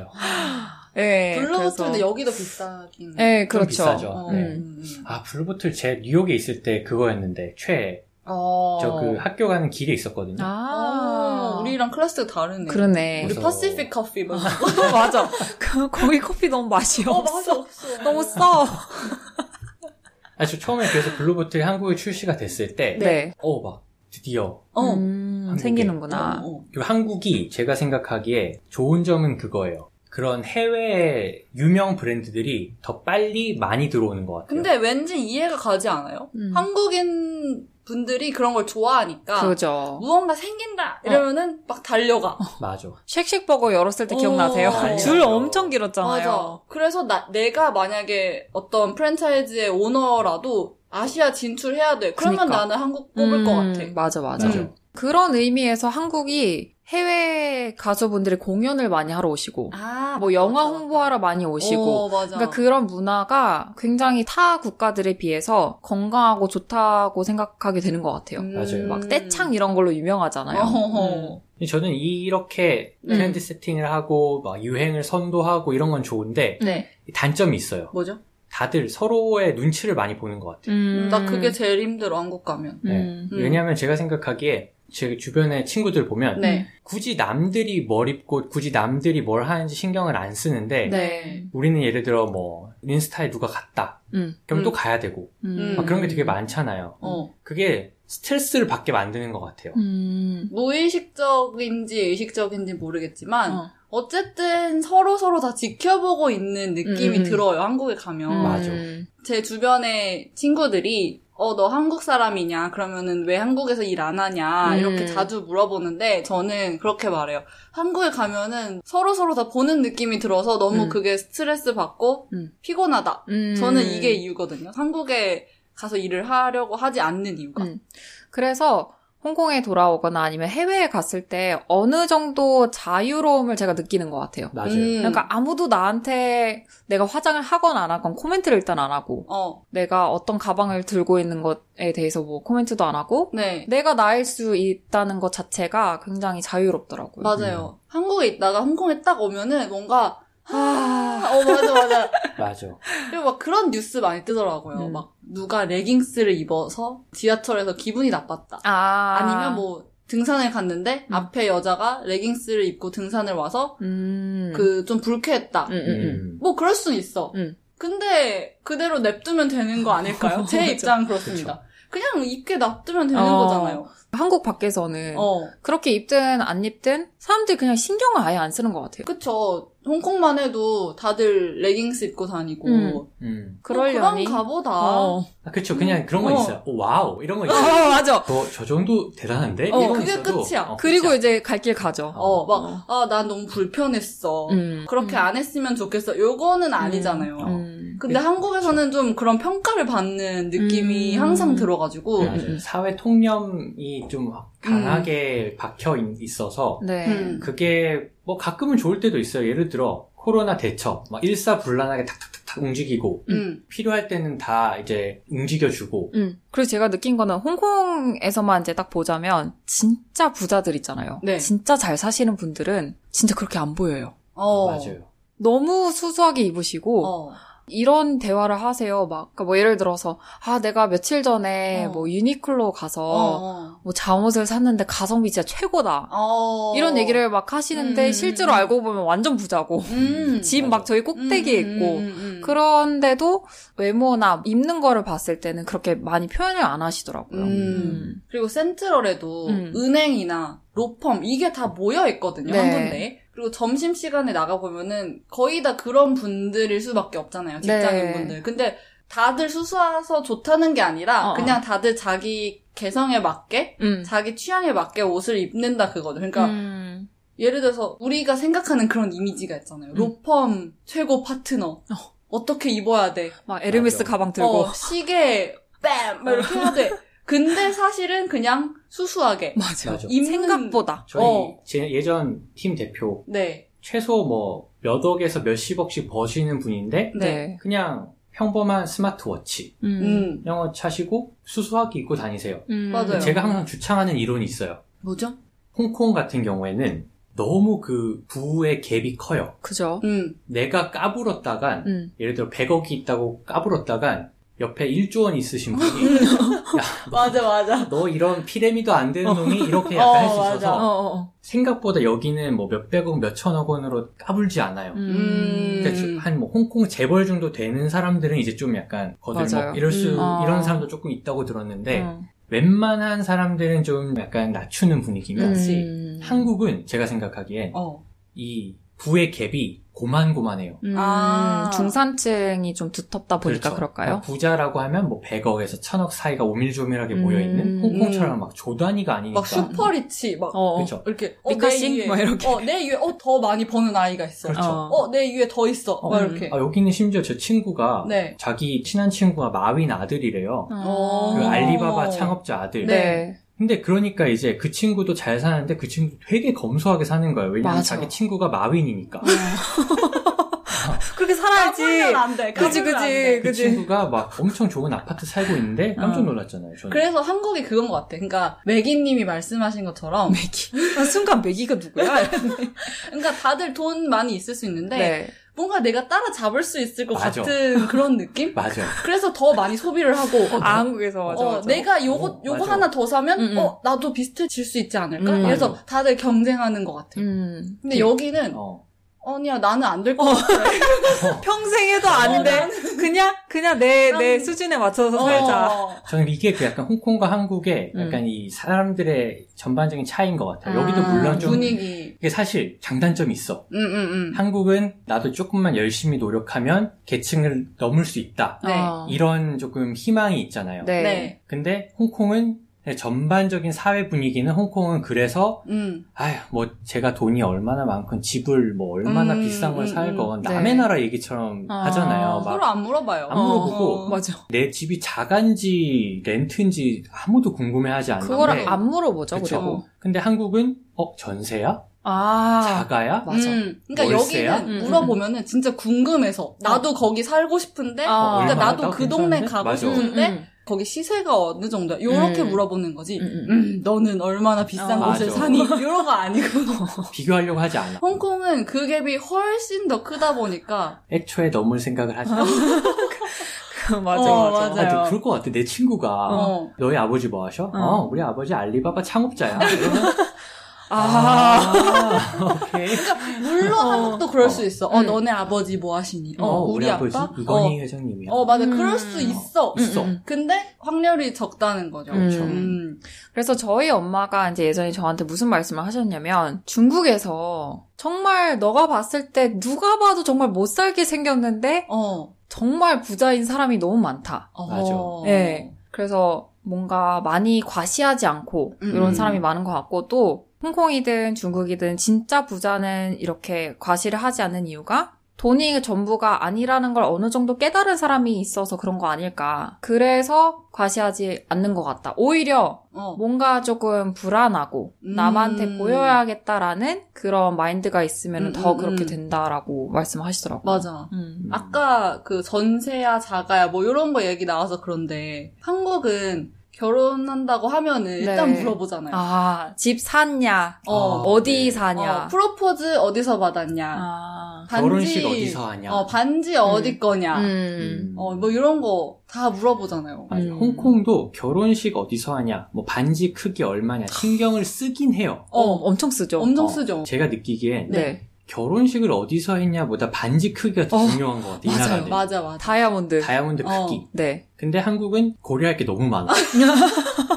네,
블루보틀도
그래서-
여기도 비싸긴 해요.
네 그렇죠.
비싸죠.
어.
네.
음.
아, 블루보틀 제 뉴욕에 있을 때 그거였는데, 최애.
어.
저 그 학교 가는 길에 있었거든요.
아
어, 우리랑 클래스가 다르네.
그러네.
우리
그래서-
파시픽 커피 먹어.
뭐.
맞아. 그- 거기 커피 너무 맛이
어,
없어.
맛이 없어.
너무 써.
아, 저 처음에 그래서 블루보틀이 한국에 출시가 됐을 때,
네.
어, 막, 드디어. 그
어.
음,
한국에.
생기는구나.
어, 어.
그리고 한국이 제가 생각하기에 좋은 점은 그거예요. 그런 해외 유명 브랜드들이 더 빨리 많이 들어오는 것 같아요.
근데 왠지 이해가 가지 않아요?
음.
한국인 분들이 그런 걸
어.
좋아하니까
그죠.
무언가 생긴다 이러면은 막 달려가.
맞아.
음. 쉑쉑버거 열었을 때
어.
기억나세요?
아니요.
줄 엄청 길었잖아요.
맞아. 그래서 나- 내가 만약에 어떤 프랜차이즈의 오너라도 아시아 진출해야 돼. 그러면
그니까.
나는 한국 뽑을
음,
것 같아.
맞아, 맞아.
음.
그런 의미에서 한국이 해외 가수분들이 공연을 많이 하러 오시고,
아,
뭐 영화
맞아, 맞아.
홍보하러 많이 오시고,
어, 맞아.
그러니까 그런 문화가 굉장히 타 국가들에 비해서 건강하고 좋다고 생각하게 되는 것 같아요.
음.
맞아요.
막 떼창 이런 걸로 유명하잖아요.
어허허.
음.
근데 저는 이렇게 트렌드 세팅을 하고 막 유행을 선도하고 이런 건 좋은데
네.
단점이 있어요.
뭐죠?
다들 서로의 눈치를 많이 보는 것 같아요.
음.
나 그게 제일 힘들어 한국 가면.
네.
음.
음.
왜냐하면 제가 생각하기에 제 주변의 친구들 보면
네.
굳이 남들이 뭘 입고 굳이 남들이 뭘 하는지 신경을 안 쓰는데
네.
우리는 예를 들어 뭐 인스타에 누가 갔다
음.
그럼
음.
또 가야 되고
음.
막 아, 그런 게 되게 많잖아요.
어.
그게 스트레스를 받게 만드는 것 같아요.
음.
뭐 무의식적인지 의식적인지 모르겠지만
어.
어. 쨌든 서로 서로 다 지켜보고 있는 느낌이
음, 음.
들어요. 한국에 가면.
음.
맞아.
제 주변에 친구들이 어 너 한국 사람이냐 그러면은 왜 한국에서 일 안 하냐
음.
이렇게 자주 물어보는데 저는 그렇게 말해요 한국에 가면은 서로 서로 다 보는 느낌이 들어서 너무
음.
그게 스트레스 받고
음.
피곤하다
음.
저는 이게 이유거든요 한국에 가서 일을 하려고 하지 않는 이유가
음. 그래서 홍콩에 돌아오거나 아니면 해외에 갔을 때 어느 정도 자유로움을 제가 느끼는 것 같아요.
맞아요.
음.
그러니까 아무도 나한테 내가 화장을 하건 안 하건 코멘트를 일단 안 하고
어,
내가 어떤 가방을 들고 있는 것에 대해서 뭐 코멘트도 안 하고
네
내가 나일 수 있다는 것 자체가 굉장히 자유롭더라고요.
맞아요 한국에 있다가 홍콩에 딱 오면은 뭔가 아, 어 맞아 맞아
맞아.
그리고 막 그런 뉴스 많이 뜨더라고요.
음.
막 누가 레깅스를 입어서 지하철에서 기분이 나빴다.
아.
아. 니면뭐 등산을 갔는데
음.
앞에 여자가 레깅스를 입고 등산을 와서
음.
그 좀 불쾌했다.
음, 음,
음.
뭐 그럴 순 있어.
음.
근데 그대로 냅두면 되는 거 아닐까요? 제
맞아.
입장은 그렇습니다. 그냥 입게 놔두면 되는
어.
거잖아요.
음. 한국 밖에서는
어.
그렇게 입든 안 입든 사람들이 그냥 신경을 아예 안 쓰는 것 같아요.
그쵸. 홍콩만 해도 다들 레깅스 입고 다니고. 뭐
음.
음.
그러려니.
그런가 보다.
어.
아, 그쵸. 그냥 그런 거
어.
있어요. 오, 와우. 이런 거
어,
있어요.
맞아.
저, 저 정도 대단한데?
어,
이건
그게
있어도-
끝이야.
그리고 이제 갈 길 가죠.
어, 막, 아, 난 너무 불편했어.
음.
그렇게 안 했으면 좋겠어. 요거는 아니잖아요.
음.
음.
근데 한국에서는 좀 그런 평가를 받는 느낌이
음.
항상 들어가지고.
맞아요.
음, 음.
사회 통념이 좀 강하게 박혀 있어서
네.
음.
그게 뭐 가끔은 좋을 때도 있어요. 예를 들어 코로나 대처 막 일사불란하게 탁탁탁탁 움직이고
음.
필요할 때는 다 이제 움직여주고
음. 그리고 제가 느낀 거는 홍콩에서만 이제 딱 보자면 진짜 부자들 있잖아요.
네.
진짜 잘 사시는 분들은 진짜 그렇게 안 보여요.
어.
맞아요.
너무 수수하게 입으시고
어.
이런 대화를 하세요. 막, 그러니까 뭐 예를 들어서 아 내가 며칠 전에
어.
뭐 유니클로 가서
어.
뭐 잠옷을 샀는데 가성비 진짜 최고다.
어.
이런 얘기를 막 하시는데
음.
실제로 알고 보면 완전 부자고
음.
집
맞아.
막 저희 꼭대기에
음,
있고 그
음, 음, 음.
그런데도 외모나 입는 거를 봤을 때는 그렇게 많이 표현을 안 하시더라고요.
음. 그리고 센트럴에도
음.
은행이나 로펌 이게 다 모여 있거든요
네.
한 군데. 그리고 점심 시간에 나가 보면은 거의 다 그런 분들일 수밖에 없잖아요
네.
직장인분들. 근데 다들 수수해서 좋다는 게 아니라
어, 어.
그냥 다들 자기 개성에 맞게
음.
자기 취향에 맞게 옷을 입는다 그거죠. 그러니까
음.
예를 들어서 우리가 생각하는 그런 이미지가 있잖아요. 로펌 최고 파트너. 어. 떻게 입어야 돼?
막 에르메스
맞아.
가방 들고
어, 시계 뺨! 막 이렇게 해야 돼. 근데 사실은 그냥 수수하게.
맞아요.
맞아.
입는-
생각보다
저희
어.
제- 예전 팀 대표
네.
최소 뭐 몇 억에서 몇십억씩 버시는 분인데
네.
그냥 평범한 스마트워치
음.
음.
영어 차시고 수수하게 입고 다니세요.
음.
맞아요.
제가 항상 주창하는 이론이 있어요.
뭐죠?
홍콩 같은 경우에는 너무 그 부의 갭이 커요.
그죠.
음.
내가 까불었다간
음.
예를 들어 100억이 있다고 까불었다간 옆에 1조 원 있으신 분이
맞아, 맞아.
너 이런 피레미도 안 되는 놈이 이렇게 약간
어,
할 수
맞아.
있어서
어, 어, 어.
생각보다 여기는 뭐 몇백억 몇천억 원으로 까불지 않아요.
음.
그러니까 한뭐 홍콩 재벌 정도 되는 사람들은 이제 좀 약간
맞아요.
거들먹 이럴 수
음.
어.
이런 사람도 조금 있다고 들었는데
음.
웬만한 사람들은 좀 약간 낮추는 분위기면
그치.
음.
한국은 제가 생각하기엔
어.
이 부의 갭이 고만고만해요.
음,
아.
중산층이 좀 두텁다 보니까
그렇죠.
그럴까요
어, 부자라고 하면 뭐 100억에서 1000억 사이가 오밀조밀하게 모여있는
음.
홍콩처럼 막 조단위가 아니니까.
막 슈퍼리치 막
그러니까. 어.
그렇죠.
이렇게
미카싱?
내 위에
막 이렇게.
어내 위에 어 더 많이 버는 아이가 있어.
그렇죠.
어.
어 내 위에 더 있어. 막
음. 아.
이렇게.
아, 여기는 심지어 제 친구가
네.
자기 친한 친구가 마윈 아들이래요.
어.
그
아.
알리바바 창업자 아들.
네.
근데 그러니까 이제 그 친구도 잘 사는데 그 친구 되게 검소하게 사는 거예요. 왜냐면
맞아.
자기 친구가 마윈이니까.
네. 그렇게 살아야지.
까불면 안 돼.
그지,
까불면 안
그지.
돼.
그 친구가 막 엄청 좋은 아파트 살고 있는데 깜짝
어.
놀랐잖아요. 저는.
그래서 한국이 그건 것 같아. 그러니까 매기님이 말씀하신 것처럼,
매기. 나그 순간 매기가 누구야?
그러니까 다들 돈 많이 있을 수 있는데
네.
뭔가 내가 따라잡을 수 있을 것
맞아.
같은 그런 느낌?
맞아요.
그래서 더 많이 소비를 하고,
아, 한국에서 맞아.
어,
맞아.
내가 요거
어,
요거
맞아.
하나 더 사면
음, 음.
어 나도 비슷해질 수 있지 않을까?
음.
그래서
맞아.
다들 경쟁하는 것 같아. 요
음.
근데 여기는
어.
아니야 나는 안 될 것
어,
같아.
평생 해도 안
어,
돼. 그냥 그냥 내 내
난-
수준에 맞춰서
어.
살자.
저는 이게 그 약간 홍콩과 한국의
음.
약간 이 사람들의 전반적인 차이인 것 같아요. 여기도
아,
물론 좀
분위기.
이게 사실 장단점이 있어.
음, 음, 음.
한국은 나도 조금만 열심히 노력하면 계층을 넘을 수 있다.
네.
어.
이런 조금 희망이 있잖아요.
네.
네.
근데 홍콩은 네, 전반적인 사회 분위기는 홍콩은 그래서
음.
아휴 뭐 제가 돈이 얼마나 많건 집을 뭐 얼마나
음,
비싼 걸
음,
살건
음.
남의
네.
나라 얘기처럼
아,
하잖아요. 막
서로 안 물어봐요.
안 물어보고
어.
맞아.
내 집이 자간지 렌트인지 아무도 궁금해하지 않는데
그거를
네.
안 물어보죠.
그쵸.
그리고.
근데 한국은 어 전세야?
아.
자가야?
맞아.
음, 그러니까
월세야?
여기는
음, 음.
물어보면은 진짜 궁금해서 나도 거기 살고 싶은데
어,
그러니까
아.
얼마나?
나도 그
나도
동네
괜찮은데?
가고
맞아.
싶은데
음,
거기 시세가 어느 정도야? 요렇게
음.
물어보는 거지.
음, 음.
음, 너는 얼마나 비싼
어,
곳을
맞아.
사니? 요런거 아니고.
비교하려고 하지 않아.
홍콩은 그 갭이 훨씬 더 크다 보니까.
애초에 넘을 생각을 하지 않아. 네.
맞아,
어,
음. 맞아.
아, 근데
맞아요.
그럴 것 같아. 내 친구가
어.
너희 아버지 뭐 하셔?
어.
어, 우리 아버지 알리바바 창업자야. 이러면
아.
오케이.
그러니까 물론 한국도 그럴
어.
수 있어. 어,
음.
너네 아버지 뭐 하시니?
어, 우리, 아버지
아빠?
이건희
어,
회장님이야.
어, 맞아.
음.
그럴 수 있어.
있어.
음, 음.
근데 확률이 적다는 거죠.
그렇죠.
음.
그래서 저희 엄마가 이제 예전에 저한테 무슨 말씀을 하셨냐면 중국에서 정말 너가 봤을 때 누가 봐도 정말 못 살게 생겼는데
어.
정말 부자인 사람이 너무 많다.
어.
맞아.
네. 그래서 뭔가 많이 과시하지 않고
음.
이런 사람이 많은 것 같고 또 홍콩이든 중국이든 진짜 부자는 이렇게 과시를 하지 않는 이유가 돈이 전부가 아니라는 걸 어느 정도 깨달은 사람이 있어서 그런 거 아닐까. 그래서 과시하지 않는 것 같다. 오히려
어.
뭔가 조금 불안하고
음.
남한테 보여야겠다라는 그런 마인드가 있으면
음,
더
음,
그렇게
음.
된다라고 말씀하시더라고요.
맞아.
음.
음.
아까 그 전세야 자가야 뭐 이런 거 얘기 나와서 그런데 한국은 결혼한다고 하면은 일단
네.
물어보잖아요.
아, 집 샀냐?
어,
어,
어디
네.
사냐?
어, 프로포즈 어디서 받았냐?
아.
반지-
결혼식 어디서 하냐?
어, 반지 어디 거냐?
음.
어, 뭐 이런 거 다 물어보잖아요.
맞아.
음.
홍콩도 결혼식 어디서 하냐, 뭐 반지 크기 얼마냐 신경을 쓰긴 해요.
어,
어,
엄청 쓰죠.
엄청
어,
쓰죠.
제가 느끼기엔
네.
결혼식을 어디서 했냐보다 반지 크기가 더
어,
중요한 것 같아. 이
맞아요.
나라는
맞아, 맞아.
다이아몬드.
다이아몬드 크기.
어.
네.
근데 한국은 고려할 게 너무 많아.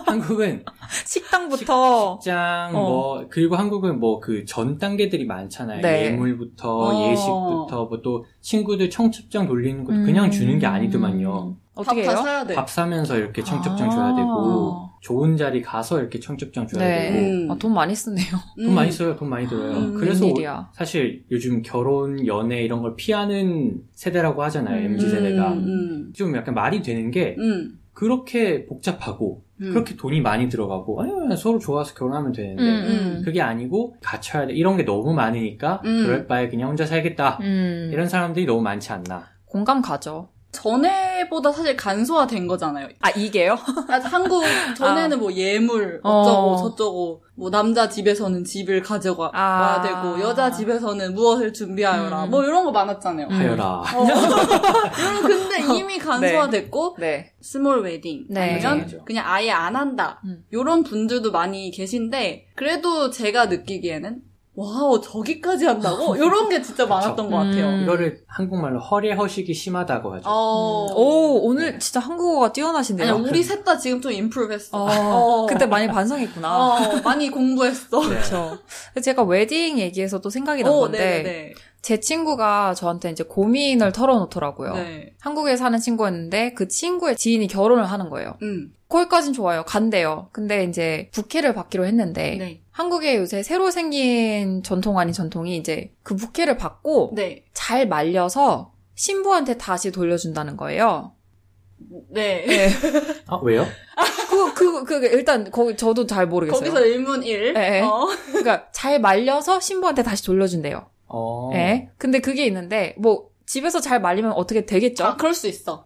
한국은
식당부터
짱,
어.
뭐, 그리고 한국은 뭐 그 전 단계들이 많잖아요.
네.
예물부터,
어.
예식부터, 뭐 또 친구들 청첩장 돌리는 것도
음.
그냥 주는 게 아니더만요.
어떻게
밥 다
해요?
사야 돼.
밥 사면서 이렇게 청첩장
아.
줘야 되고, 좋은 자리 가서 이렇게 청첩장 줘야 되고,
네.
음.
아, 돈 많이 쓰네요.
돈 많이 써요, 돈 많이 들어요.
음,
그래서
아, 웬일이야.
사실 요즘 결혼, 연애 이런 걸 피하는 세대라고 하잖아요,
음.
MZ 세대가.
음, 음,
좀 약간 말이 되는 게
음,
그렇게 복잡하고
음.
그렇게 돈이 많이 들어가고 아니면 서로 좋아서 결혼하면 되는데
네.
음, 음.
그게 아니고 갖춰야 돼 이런 게 너무 많으니까
음.
그럴 바에 그냥 혼자 살겠다
음.
이런 사람들이 너무 많지 않나
공감 가죠.
전에보다 사실 간소화된 거잖아요.
아, 이게요?
아, 한국 전에는 뭐 예물
어.
어쩌고 저쩌고 뭐 남자 집에서는 집을 가져가
아.
와야 되고 여자 집에서는 무엇을 준비하여라
음.
뭐 이런 거 많았잖아요.
음.
하여라
어. 이런 근데 이미 간소화됐고
네.
스몰 웨딩
네.
아니면
맞아, 맞아.
그냥 아예 안 한다
음.
이런 분들도 많이 계신데 그래도 제가 느끼기에는 와우 저기까지 한다고? 이런 게 진짜 많았던
그쵸.
것 같아요.
음.
이거를 한국말로 허례 허식이 심하다고 하죠.
어,
오, 오늘 진짜 한국어가 뛰어나신데요.
아니 우리 셋 다 지금 좀 임프로했어.
어, 그때 많이 반성했구나.
어, 많이 공부했어.
네.
그렇죠. 제가 웨딩 얘기에서 또 생각이 난
어,
건데
네네네.
제 친구가 저한테 이제 고민을 털어놓더라고요.
네.
한국에 사는 친구였는데 그 친구의 지인이 결혼을 하는 거예요.
음.
거기까진 좋아요. 간대요. 근데 이제 부케를 받기로 했는데
네.
한국에 요새 새로 생긴 전통 아닌 전통이 이제 그 부케를 받고
네.
잘 말려서 신부한테 다시 돌려준다는 거예요.
네.
네.
아 왜요?
그, 그, 그, 일단, 거기, 저도 잘 모르겠어요.
거기서 일문 일.
네.
어.
그러니까, 잘 말려서 신부한테 다시 돌려준대요.
어.
예. 근데 그게 있는데, 뭐, 집에서 잘 말리면 어떻게 되겠죠?
아, 그럴 수 있어.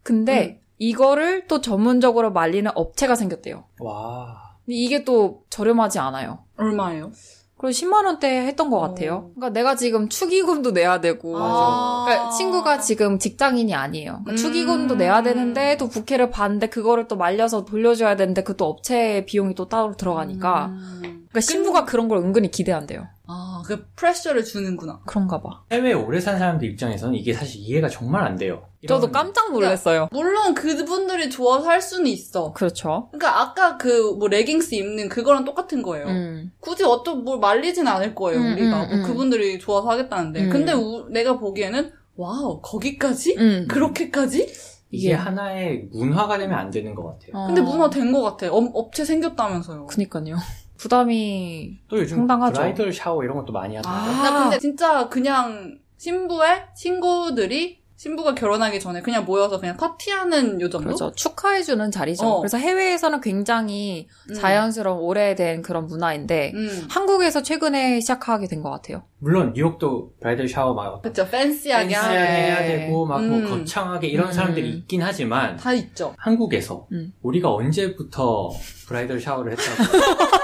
음.
근데, 이거를 또 전문적으로 말리는 업체가 생겼대요.
어, 와.
근데 이게 또 저렴하지 않아요.
얼마예요?
그리고 10만원대 했던 것
어.
같아요. 그러니까 내가 지금 축의금도 내야 되고,
아.
그러니까 친구가 지금 직장인이 아니에요. 그러니까
음.
축의금도 내야 되는데 또 부캐를 받는데 그거를 또 말려서 돌려줘야 되는데 그 또 업체 비용이 또 따로 들어가니까
음.
그러니까 신부가 그런 걸 은근히 기대한대요.
아, 그 프레셔를 주는구나.
그런가 봐.
해외 오래 산 사람들 입장에서는 이게 사실 이해가 정말 안 돼요. 이런-
저도 깜짝 놀랐어요.
물론 그분들이 좋아서 할 수는 있어.
그렇죠.
그러니까 아까 그 뭐 레깅스 입는 그거랑 똑같은 거예요.
음.
굳이 어떤 뭘 말리진 않을 거예요
음,
우리가
음,
뭐
음.
그분들이 좋아서 하겠다는데
음.
근데 우- 내가 보기에는 와우 거기까지
음.
그렇게까지
이게
예.
하나의 문화가 되면 안 되는 것 같아요.
어.
근데 문화 된 것 같아 업, 업체 생겼다면서요
그니까요. 부담이
또 요즘
상당하죠.
브라이덜 샤워 이런 것도 많이 하던데.
아.
나 근데 진짜 그냥 신부의 친구들이 신부가 결혼하기 전에 그냥 모여서 그냥 파티하는 요 정도
그렇죠. 축하해주는 자리죠.
어.
그래서 해외에서는 굉장히
음.
자연스러운 오래된 그런 문화인데
음.
한국에서 최근에 시작하게 된 것 같아요.
물론 뉴욕도 브라이덜 샤워 막
그렇죠 팬시하게
댄스하게
하는
해야 되고 막 뭐
음.
거창하게 이런
예. 음.
사람들이 있긴 하지만
다 있죠
한국에서
음.
우리가 언제부터 브라이덜 샤워를 했다고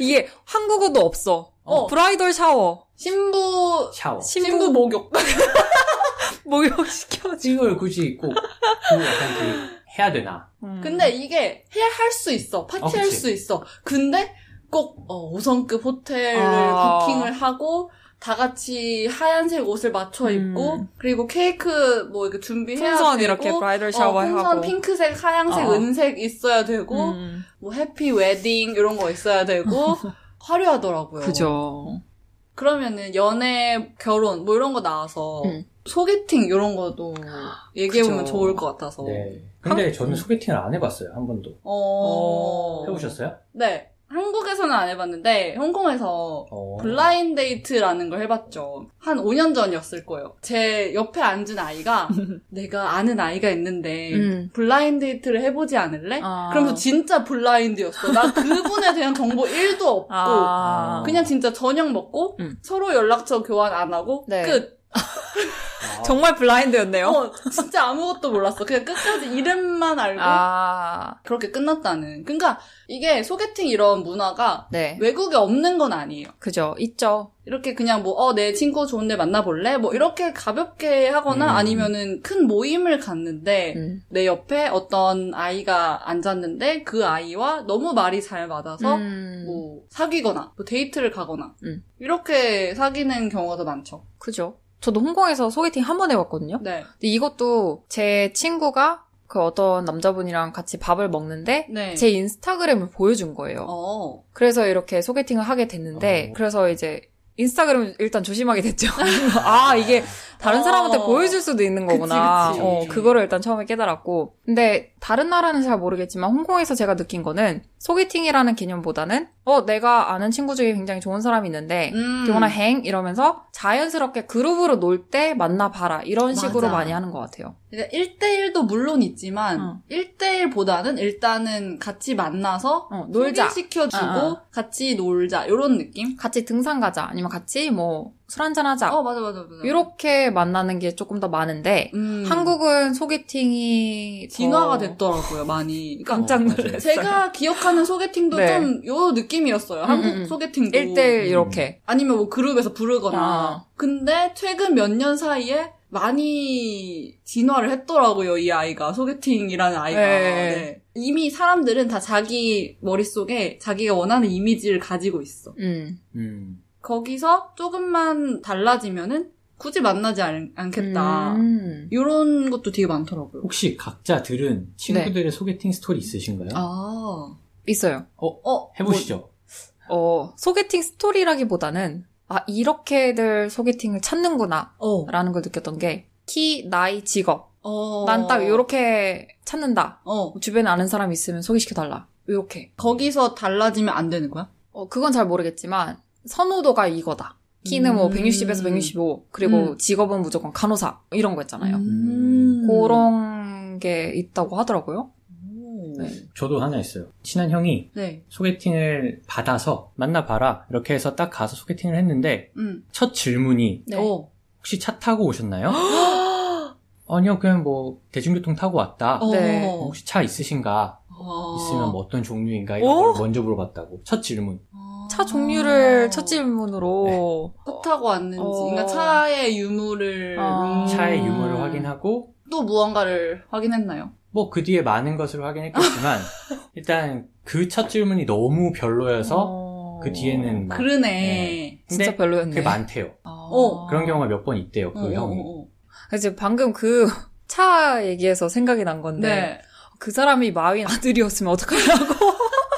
이게 한국어도 없어.
어.
브라이덜 샤워.
신부
샤워
신부, 목욕 뭐
목욕시켜.
이걸 굳이 꼭 그 약간 그 해야 되나
음.
근데 이게 해야 할 수 있어.
아,
파티할
그치.
수 있어. 근데 꼭 어, 5성급 호텔을
아.
부킹을 하고 다 같이 하얀색 옷을 맞춰 입고
음.
그리고 케이크 뭐 이렇게 준비해야
풍선
되고
이렇게 브라이덜
어,
샤워하고.
풍선 핑크색, 하얀색,
어.
은색 있어야 되고
음.
뭐 해피 웨딩 이런 거 있어야 되고 화려하더라고요.
그죠.
그러면은 연애, 결혼 뭐 이런 거 나와서
음.
소개팅 이런 것도 얘기해 보면
그죠.
좋을 것
어.
같아서.
네 근데 저는 소개팅을 안 해봤어요 한 번도
어.
해보셨어요?
네. 한국에서는 안 해봤는데, 홍콩에서
어.
블라인 데이트라는 걸 해봤죠. 한 5년 전이었을 거예요. 제 옆에 앉은 아이가, 내가 아는 아이가 있는데,
음.
블라인 데이트를 해보지 않을래?
아.
네. 그러면서 진짜 블라인드였어. 나 그분에 대한 정보 1도 없고,
아.
그냥 진짜 저녁 먹고,
음.
서로 연락처 교환 안 하고,
네.
끝.
아,
정말 블라인드였네요.
어, 진짜 아무것도 몰랐어. 그냥 끝까지 이름만 알고,
아.
그렇게 끝났다는. 그러니까, 이게 소개팅 이런 문화가
네.
외국에 없는 건 아니에요.
그죠. 있죠.
이렇게 그냥 뭐, 어, 내 친구 좋은데 만나볼래? 뭐, 이렇게 가볍게 하거나
음.
아니면은 큰 모임을 갔는데,
음.
내 옆에 어떤 아이가 앉았는데, 그 아이와 너무 말이 잘 맞아서,
음.
뭐, 사귀거나, 뭐 데이트를 가거나,
음.
이렇게 사귀는 경우가 더 많죠.
그죠. 저도 홍콩에서 소개팅 한 번 해봤거든요.
네.
근데 이것도 제 친구가 그 어떤 남자분이랑 같이 밥을 먹는데
네.
제 인스타그램을 보여준 거예요.
어.
그래서 이렇게 소개팅을 하게 됐는데
어.
그래서 이제 인스타그램을 일단 조심하게 됐죠. 아 이게 다른 사람한테
어.
보여줄 수도 있는 거구나.
그치,
그치.
어, 그거를 일단 처음에 깨달았고. 근데 다른 나라는 잘 모르겠지만 홍콩에서 제가 느낀 거는 소개팅이라는 개념보다는 어 내가 아는 친구 중에 굉장히 좋은 사람이 있는데
음.
기원아 행 이러면서 자연스럽게 그룹으로 놀 때 만나봐라 이런 식으로
맞아.
많이 하는 것 같아요.
그러니까 1대1도 물론 있지만,
어.
일 1대1보다는 일단은 같이 만나서,
어, 놀자.
소개시켜주고,
어, 어.
같이 놀자. 이런 느낌?
같이 등산 가자 아니면 같이 뭐 술 한잔 하자
어, 맞아, 맞아, 맞아.
이렇게 만나는 게 조금 더 많은데
음.
한국은 어. 소개팅이
진화가
더-
됐더라고요, 많이. 그러니까
깜짝
어, 맞아요.
놀랐어요.
제가 기억하는 소개팅도
네.
좀 요 느낌이었어요.
음,
한국
음, 음.
소개팅도.
1대1 이렇게
아니면 뭐 그룹에서 부르거나. 근데 최근 몇 년 사이에 많이 진화를 했더라고요, 이 아이가. 소개팅이라는 아이가.
네.
네. 이미 사람들은 다 자기 머릿속에 자기가 원하는 이미지를 가지고 있어.
음.
음.
거기서 조금만 달라지면은 굳이 만나지 않, 않겠다.
음.
이런 것도 되게 많더라고요.
혹시 각자 들은 친구들의 소개팅 스토리 있으신가요?
아,
있어요.
어,
해보시죠.
어, 소개팅 스토리라기보다는 아, 이렇게들 소개팅을 찾는구나
뭐,
라는 걸 느꼈던 게 키, 나이, 직업.
어, 어.
난 딱 이렇게 찾는다.
어,
주변에 아는 사람 있으면 소개시켜달라. 이렇게.
거기서 달라지면 안 되는 거야?
어, 그건 잘 모르겠지만 선호도가 이거다. 키는 뭐
음.
160에서 165 그리고
음.
직업은 무조건 간호사 이런 거 있잖아요.
음.
그런 게 있다고 하더라고요.
오.
네.
저도 하나 있어요. 친한 형이
네.
소개팅을 받아서 만나봐라 이렇게 해서 딱 가서 소개팅을 했는데
음.
첫 질문이
네.
어.
혹시 차 타고 오셨나요? 아니요 그냥 뭐 대중교통 타고 왔다.
어.
네.
혹시 차 있으신가?
어.
있으면 뭐 어떤 종류인가 이런
어?
걸 먼저 물어봤다고 첫 질문.
어.
차
아.
종류를 첫 질문으로
차 타고 왔는지,
아. 어.
그러니까 차의 유무를
어.
음.
차의 유무를 확인하고
또 무언가를 확인했나요?
뭐 그 뒤에 많은 것을 확인했겠지만 일단 그 첫 질문이 너무 별로여서
어.
그 뒤에는 막
그러네.
진짜
근데
별로였네. 아.
그게 많대요.
어.
그런 경우가 몇 번 있대요. 그
어,
형이.
어, 어.
이제 방금 그 차 얘기해서 생각이 난 건데
네.
그 사람이 마윈 아들이었으면 어떡하냐고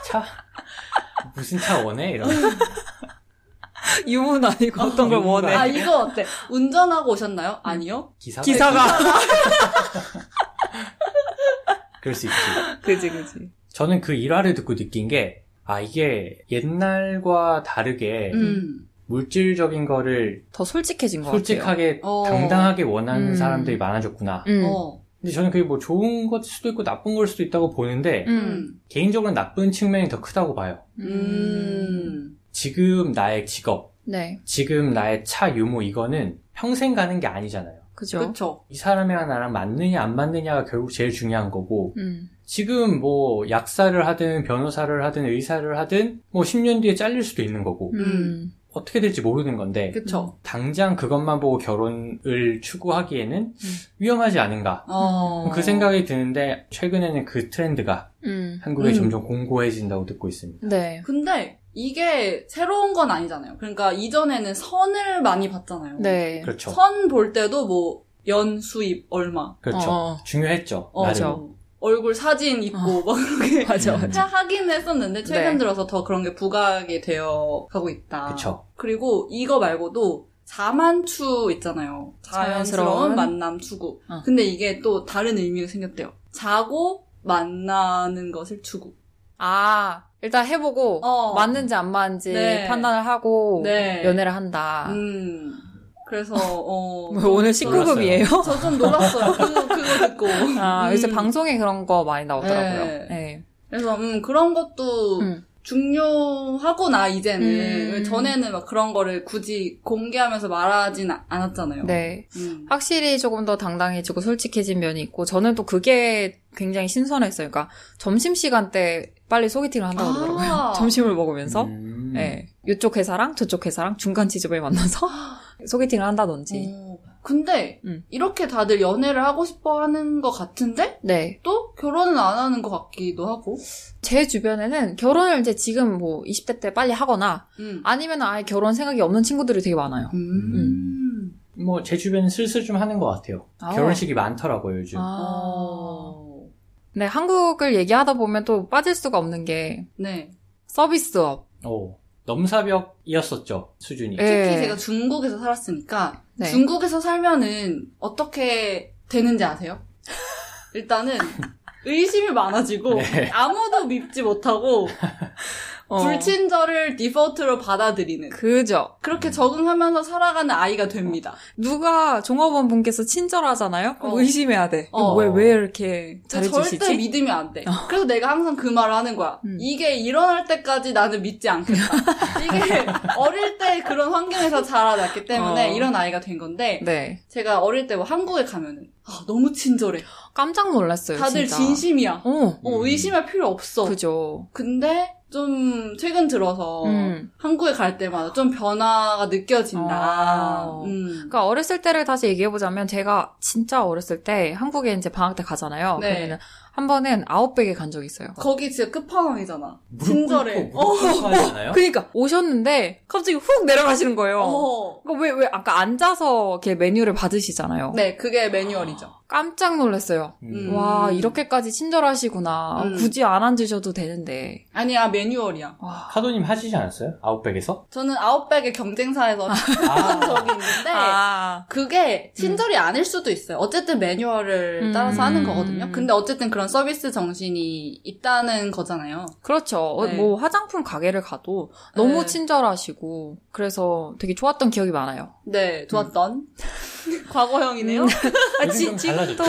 차 무슨 차 원해?
네.
이런.
유문 아니고 어떤 걸
유문
원해
아, 이거 어때? 운전하고
음.
오셨나요? 아니요?
기사가.
기사가
그럴 수 있지.
그지 그지
저는 그 일화를 듣고 느낀 게, 아, 이게 옛날과 다르게
음.
물질적인 거를
더 솔직해진 것 같아요.
솔직하게,
어.
당당하게 원하는
음.
사람들이 많아졌구나.
음.
어.
근데 저는 그게 뭐 좋은 것 수도 있고 나쁜 걸 수도 있다고 보는데,
음.
개인적으로는 나쁜 측면이 더 크다고 봐요.
음.
지금 나의 직업,
네,
지금 나의 차 유무 이거는 평생 가는 게 아니잖아요.
그죠.
그쵸.
이 사람이랑 나랑 맞느냐 안 맞느냐가 결국 제일 중요한 거고
음.
지금 뭐 약사를 하든 변호사를 하든 의사를 하든 뭐 10년 뒤에 잘릴 수도 있는 거고
음.
어떻게 될지 모르는 건데
그쵸.
당장 그것만 보고 결혼을 추구하기에는
음.
위험하지 않은가
어.
그 생각이 드는데 최근에는 그 트렌드가
음.
한국에
음.
점점 공고해진다고 듣고 있습니다.
네.
근데 이게 새로운 건 아니잖아요. 그러니까 이전에는 선을 많이 봤잖아요.
네.
그렇죠.
선 볼 때도 뭐, 연 수입 얼마.
그렇죠.
어.
중요했죠.
어,
나름.
그렇죠.
뭐 얼굴 사진 있고,
어.
막 그렇게.
맞아,
음.
맞아.
다 하긴 했었는데, 최근
네.
들어서 더 그런 게 부각이 되어 가고
아.
있다.
그렇죠.
그리고 이거 말고도 자만추 있잖아요. 자연스러운
자연스러운
만남 추구.
어.
근데 이게 또 다른 의미가 생겼대요. 자고 만나는 것을 추구.
아, 일단 해보고,
어.
맞는지 안 맞는지
네.
판단을 하고,
네.
연애를 한다.
음. 그래서 어.
뭐 오늘 19급이에요?
저 좀 놀랐어요. 그거, 그거 듣고.
아,
음.
요새 방송에 그런 거 많이 나오더라고요.
네.
네.
그래서 음 그런 것도
음.
중요하구나 이제는.
음.
전에는 막 그런 거를 굳이 공개하면서 말하진 아- 않았잖아요.
네.
음.
확실히 조금 더 당당해지고 솔직해진 면이 있고, 저는 또 그게 굉장히 신선했어요. 그러니까, 점심시간 때 빨리 소개팅을 한다고
아.
그러더라고요. 점심을 먹으면서.
음.
네. 이쪽 회사랑 저쪽 회사랑 중간 지점에 만나서 소개팅을 한다든지.
어, 근데
음.
이렇게 다들 연애를 하고 싶어 하는 것 같은데
네.
또 결혼은 안 하는 것 같기도 하고.
제 주변에는 결혼을 이제 지금 뭐 20대 때 빨리 하거나
음.
아니면 아예 결혼 생각이 없는 친구들이 되게 많아요.
음.
뭐 제 주변은 슬슬 좀 하는 것 같아요.
아.
결혼식이 많더라고요 요즘.
아.
어.
네, 한국을 얘기하다 보면 또 빠질 수가 없는 게
네.
서비스업.
오, 넘사벽이었었죠 어, 수준이.
예.
특히
네.
제가 중국에서 살았으니까
네.
중국에서 살면은 어떻게 되는지 아세요? 일단은 의심이 많아지고
네.
아무도 믿지 못하고
어.
불친절을 디폴트로 받아들이는
그죠.
그렇게 적응하면서 살아가는 아이가 됩니다.
누가 종업원 분께서 친절하잖아요? 그럼
어.
의심해야 돼.
어.
왜, 왜 이렇게
절대
잘해주시지? 어.
믿으면 안 돼. 그래서 내가 항상 그 말을 하는 거야.
음.
이게 일어날 때까지 나는 믿지 않겠다. 이게 어릴 때 그런 환경에서 자라났기 때문에
어.
이런 아이가 된 건데
네.
제가 어릴 때 뭐 한국에 가면은 아, 너무 친절해.
깜짝 놀랐어요.
다들
네, 진짜.
진심이야.
어.
음,
어, 의심할 필요 없어.
그죠.
근데 좀 최근 들어서
음.
한국에 갈 때마다 좀 변화가 느껴진다.
어.
음.
그러니까 어렸을 때를 다시 얘기해보자면 제가 진짜 어렸을 때 한국에 이제 방학 때 가잖아요.
네.
그러면은 한 번은 아웃백에 간 적이 있어요.
거기 진짜 끝판왕이잖아.
무릎
친절해. 어.
꿇고 무릎 꿇고 하지 않아요?
그니까 그러니까 오셨는데 갑자기 훅 내려가시는 거예요.
어.
그러니까 왜, 왜 아까 앉아서 이렇게 메뉴를 받으시잖아요.
네, 그게 매뉴얼이죠.
깜짝 놀랐어요.
음.
와, 이렇게까지 친절하시구나.
음.
굳이 안 앉으셔도 되는데.
아니야, 매뉴얼이야.
와.
카도님 하시지 않았어요? 아웃백에서?
저는 아웃백의 음. 경쟁사에서 했던 적이 있는데,
아.
그게 친절이 아닐 수도 있어요. 어쨌든 매뉴얼을
음.
따라서 하는 거거든요. 근데 어쨌든 그런 서비스 정신이 있다는 거잖아요.
그렇죠. 어,
네.
뭐 화장품 가게를 가도 너무
네.
친절하시고 그래서 되게 좋았던 기억이 많아요.
네, 좋았던 과거형이네요.
음.
아,
요즘 좀 달라졌죠?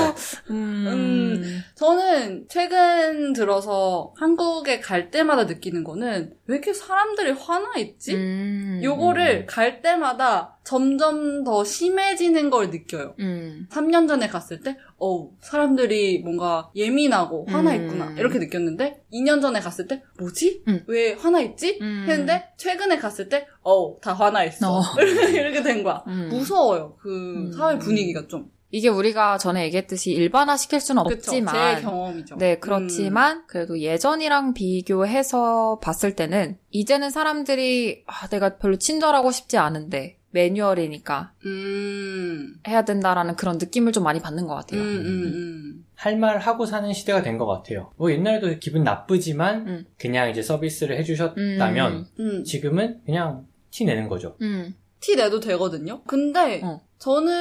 음.
음. 저는 최근 들어서 한국에 갈 때마다 느끼는 거는 왜 이렇게 사람들이 화나 있지?
음.
요거를 갈 때마다 점점 더 심해지는 걸 느껴요.
음.
3년 전에 갔을 때, 어우, 사람들이 뭔가 예민하고 화나
음.
있구나. 이렇게 느꼈는데, 2년 전에 갔을 때, 뭐지?
음.
왜 화나 있지?
음.
했는데, 최근에 갔을 때, 어우, 다 화나 있어.
어.
이렇게 된 거야.
음.
무서워요. 그,
음.
사회 분위기가 좀.
이게 우리가 전에 얘기했듯이 일반화 시킬 수는
그쵸?
없지만
제 경험이죠. 음.
네, 그렇지만 그래도 예전이랑 비교해서 봤을 때는 이제는 사람들이 아, 내가 별로 친절하고 싶지 않은데 매뉴얼이니까
음.
해야 된다라는 그런 느낌을 좀 많이 받는 것 같아요.
음, 음,
할 말 하고 사는 시대가 된 것 같아요. 뭐 옛날에도 기분 나쁘지만
음.
그냥 이제 서비스를 해주셨다면
음.
음. 음.
지금은 그냥 티 내는 거죠.
음.
티 내도 되거든요. 근데
어.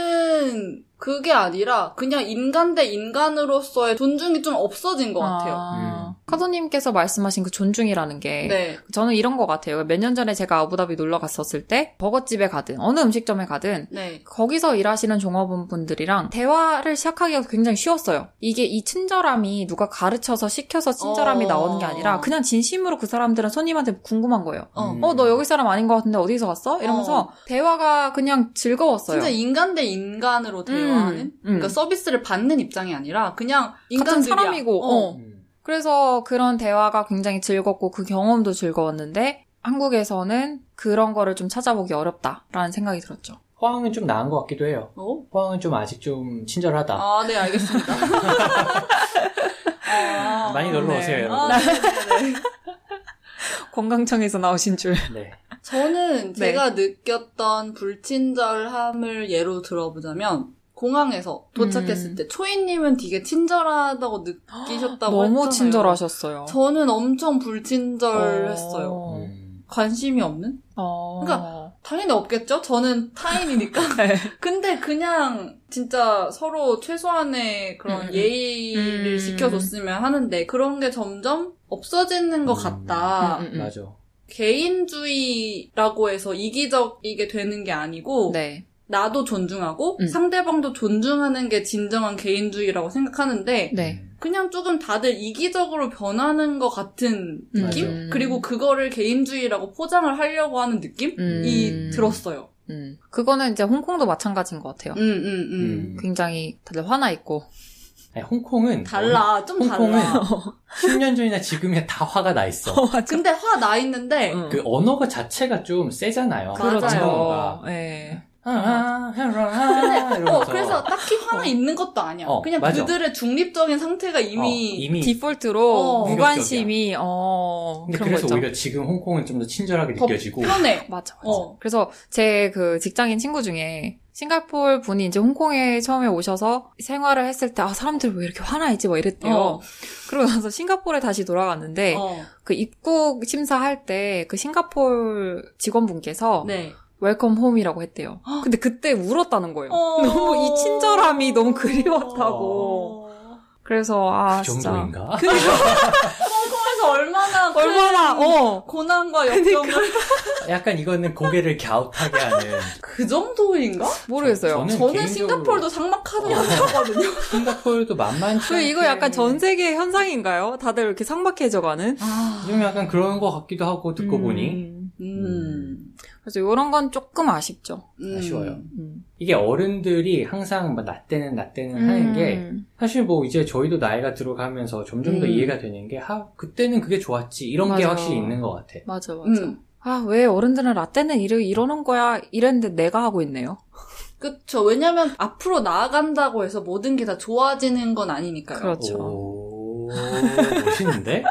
저는 그게 아니라 그냥 인간 대 인간으로서의 존중이 좀 없어진 것 같아요.
음.
아, 카도님께서 말씀하신 그 존중이라는 게
네.
저는 이런 것 같아요. 몇 년 전에 제가 아부다비 놀러 갔었을 때 버거집에 가든 어느 음식점에 가든
네.
거기서 일하시는 종업원 분들이랑 대화를 시작하기가 굉장히 쉬웠어요. 이게 이 친절함이 누가 가르쳐서 시켜서 친절함이
어.
나오는 게 아니라 그냥 진심으로 그 사람들은 손님한테 궁금한 거예요.
어.
음.
어, 너 여기 사람 아닌 것 같은데 어디서 왔어? 이러면서 대화가 그냥 즐거웠어요.
진짜 인간 대 인간으로 대화하는
음.
그러니까 서비스를 받는 입장이 아니라 그냥
같은
인간들이야.
사람이고,
어.
어.
음.
그래서 그런 대화가 굉장히 즐겁고 그 경험도 즐거웠는데 한국에서는 그런 거를 좀 찾아보기 어렵다라는 생각이 들었죠.
호황은 좀 나은 것 같기도 해요.
어?
호황은 좀 아직 좀 친절하다.
아, 네, 알겠습니다. 아,
많이 놀러
네.
오세요, 여러분.
아, 네, 네, 네.
건강청에서 나오신 줄.
네.
저는
네.
제가 느꼈던 불친절함을 예로 들어보자면 공항에서 도착했을
음.
때 초이님은 되게 친절하다고 느끼셨다고
너무
했잖아요.
친절하셨어요.
저는 엄청 불친절했어요.
어.
음.
관심이 없는?
어.
그러니까 당연히 없겠죠? 저는 타인이니까.
네.
근데 그냥 진짜 서로 최소한의 그런
음.
예의를
음.
지켜줬으면 하는데 그런 게 점점 없어지는 것
음.
같다.
음, 음, 음.
맞아.
개인주의라고 해서 이기적이게 되는 게 아니고
네.
나도 존중하고
음.
상대방도 존중하는 게 진정한 개인주의라고 생각하는데
네.
그냥 조금 다들 이기적으로 변하는 것 같은 느낌?
맞아요.
그리고 그거를 개인주의라고 포장을 하려고 하는 느낌이
음.
들었어요.
음. 그거는 이제 홍콩도 마찬가지인 것 같아요.
음, 음, 음.
음.
굉장히 다들 화나 있고.
아니, 홍콩은
달라, 좀
홍콩은
달라.
10년 전이나 지금이나 다 화가 나 있어.
근데 화 나 있는데,
음.
그 언어가 자체가 좀 세잖아요.
그렇죠.
언어가.
그렇죠. 예.
아, 아, 헤라, 아,
근데, 어,
이러면서.
그래서 딱히 화나 있는 것도 아니야.
어,
그냥
맞아.
그들의 중립적인 상태가
어,
이미,
이미
디폴트로
어.
무관심이 어
근데
그런 거
그래서
있죠.
오히려 지금 홍콩은 좀 더 친절하게
더
느껴지고
편해.
맞아. 맞아.
어.
그래서 제 그 직장인 친구 중에 싱가포르 분이 이제 홍콩에 처음에 오셔서 생활을 했을 때 아 사람들이 왜 이렇게 화나 있지 뭐 이랬대요.
어.
그러고 나서 싱가포르에 다시 돌아갔는데
어.
그 입국 심사할 때 그 싱가포르 직원분께서
네.
웰컴 홈이라고 했대요. 근데 그때 울었다는 거예요.
어.
너무 이 친절함이 너무 그리웠다고.
어.
그래서 아
그
진짜
정도인가?
그래서 얼마나 큰
얼마나 그러니까. 어
고난과 역경을
약간 이거는 고개를 갸웃하게 하는.
그 정도인가?
모르겠어요.
저는
저는
개인적으로-
싱가폴도 상막하다고 생각하거든요.
싱가포르도 만만치
그
않게.
이거 약간 전 세계 현상인가요? 다들 이렇게 삭막해져가는? 아.
좀 약간 그런 것 같기도 하고 듣고
음.
보니
음.
그래서 이런 건 조금 아쉽죠.
음.
아쉬워요.
음.
이게 어른들이 항상 뭐 나 때는 나 때는 하는 게
음.
사실 뭐 이제 저희도 나이가 들어가면서 점점 더
음.
이해가 되는 게 하, 그때는 그게 좋았지 이런 게
맞아.
확실히 있는 것 같아.
맞아 맞아.
음.
아 왜 어른들은 라떼는 이러, 이러는 거야 이랬는데 내가 하고 있네요.
그쵸.
어.
왜냐면 앞으로 나아간다고 해서 모든 게 다 좋아지는 건 아니니까요.
그렇죠.
오. 멋있는데?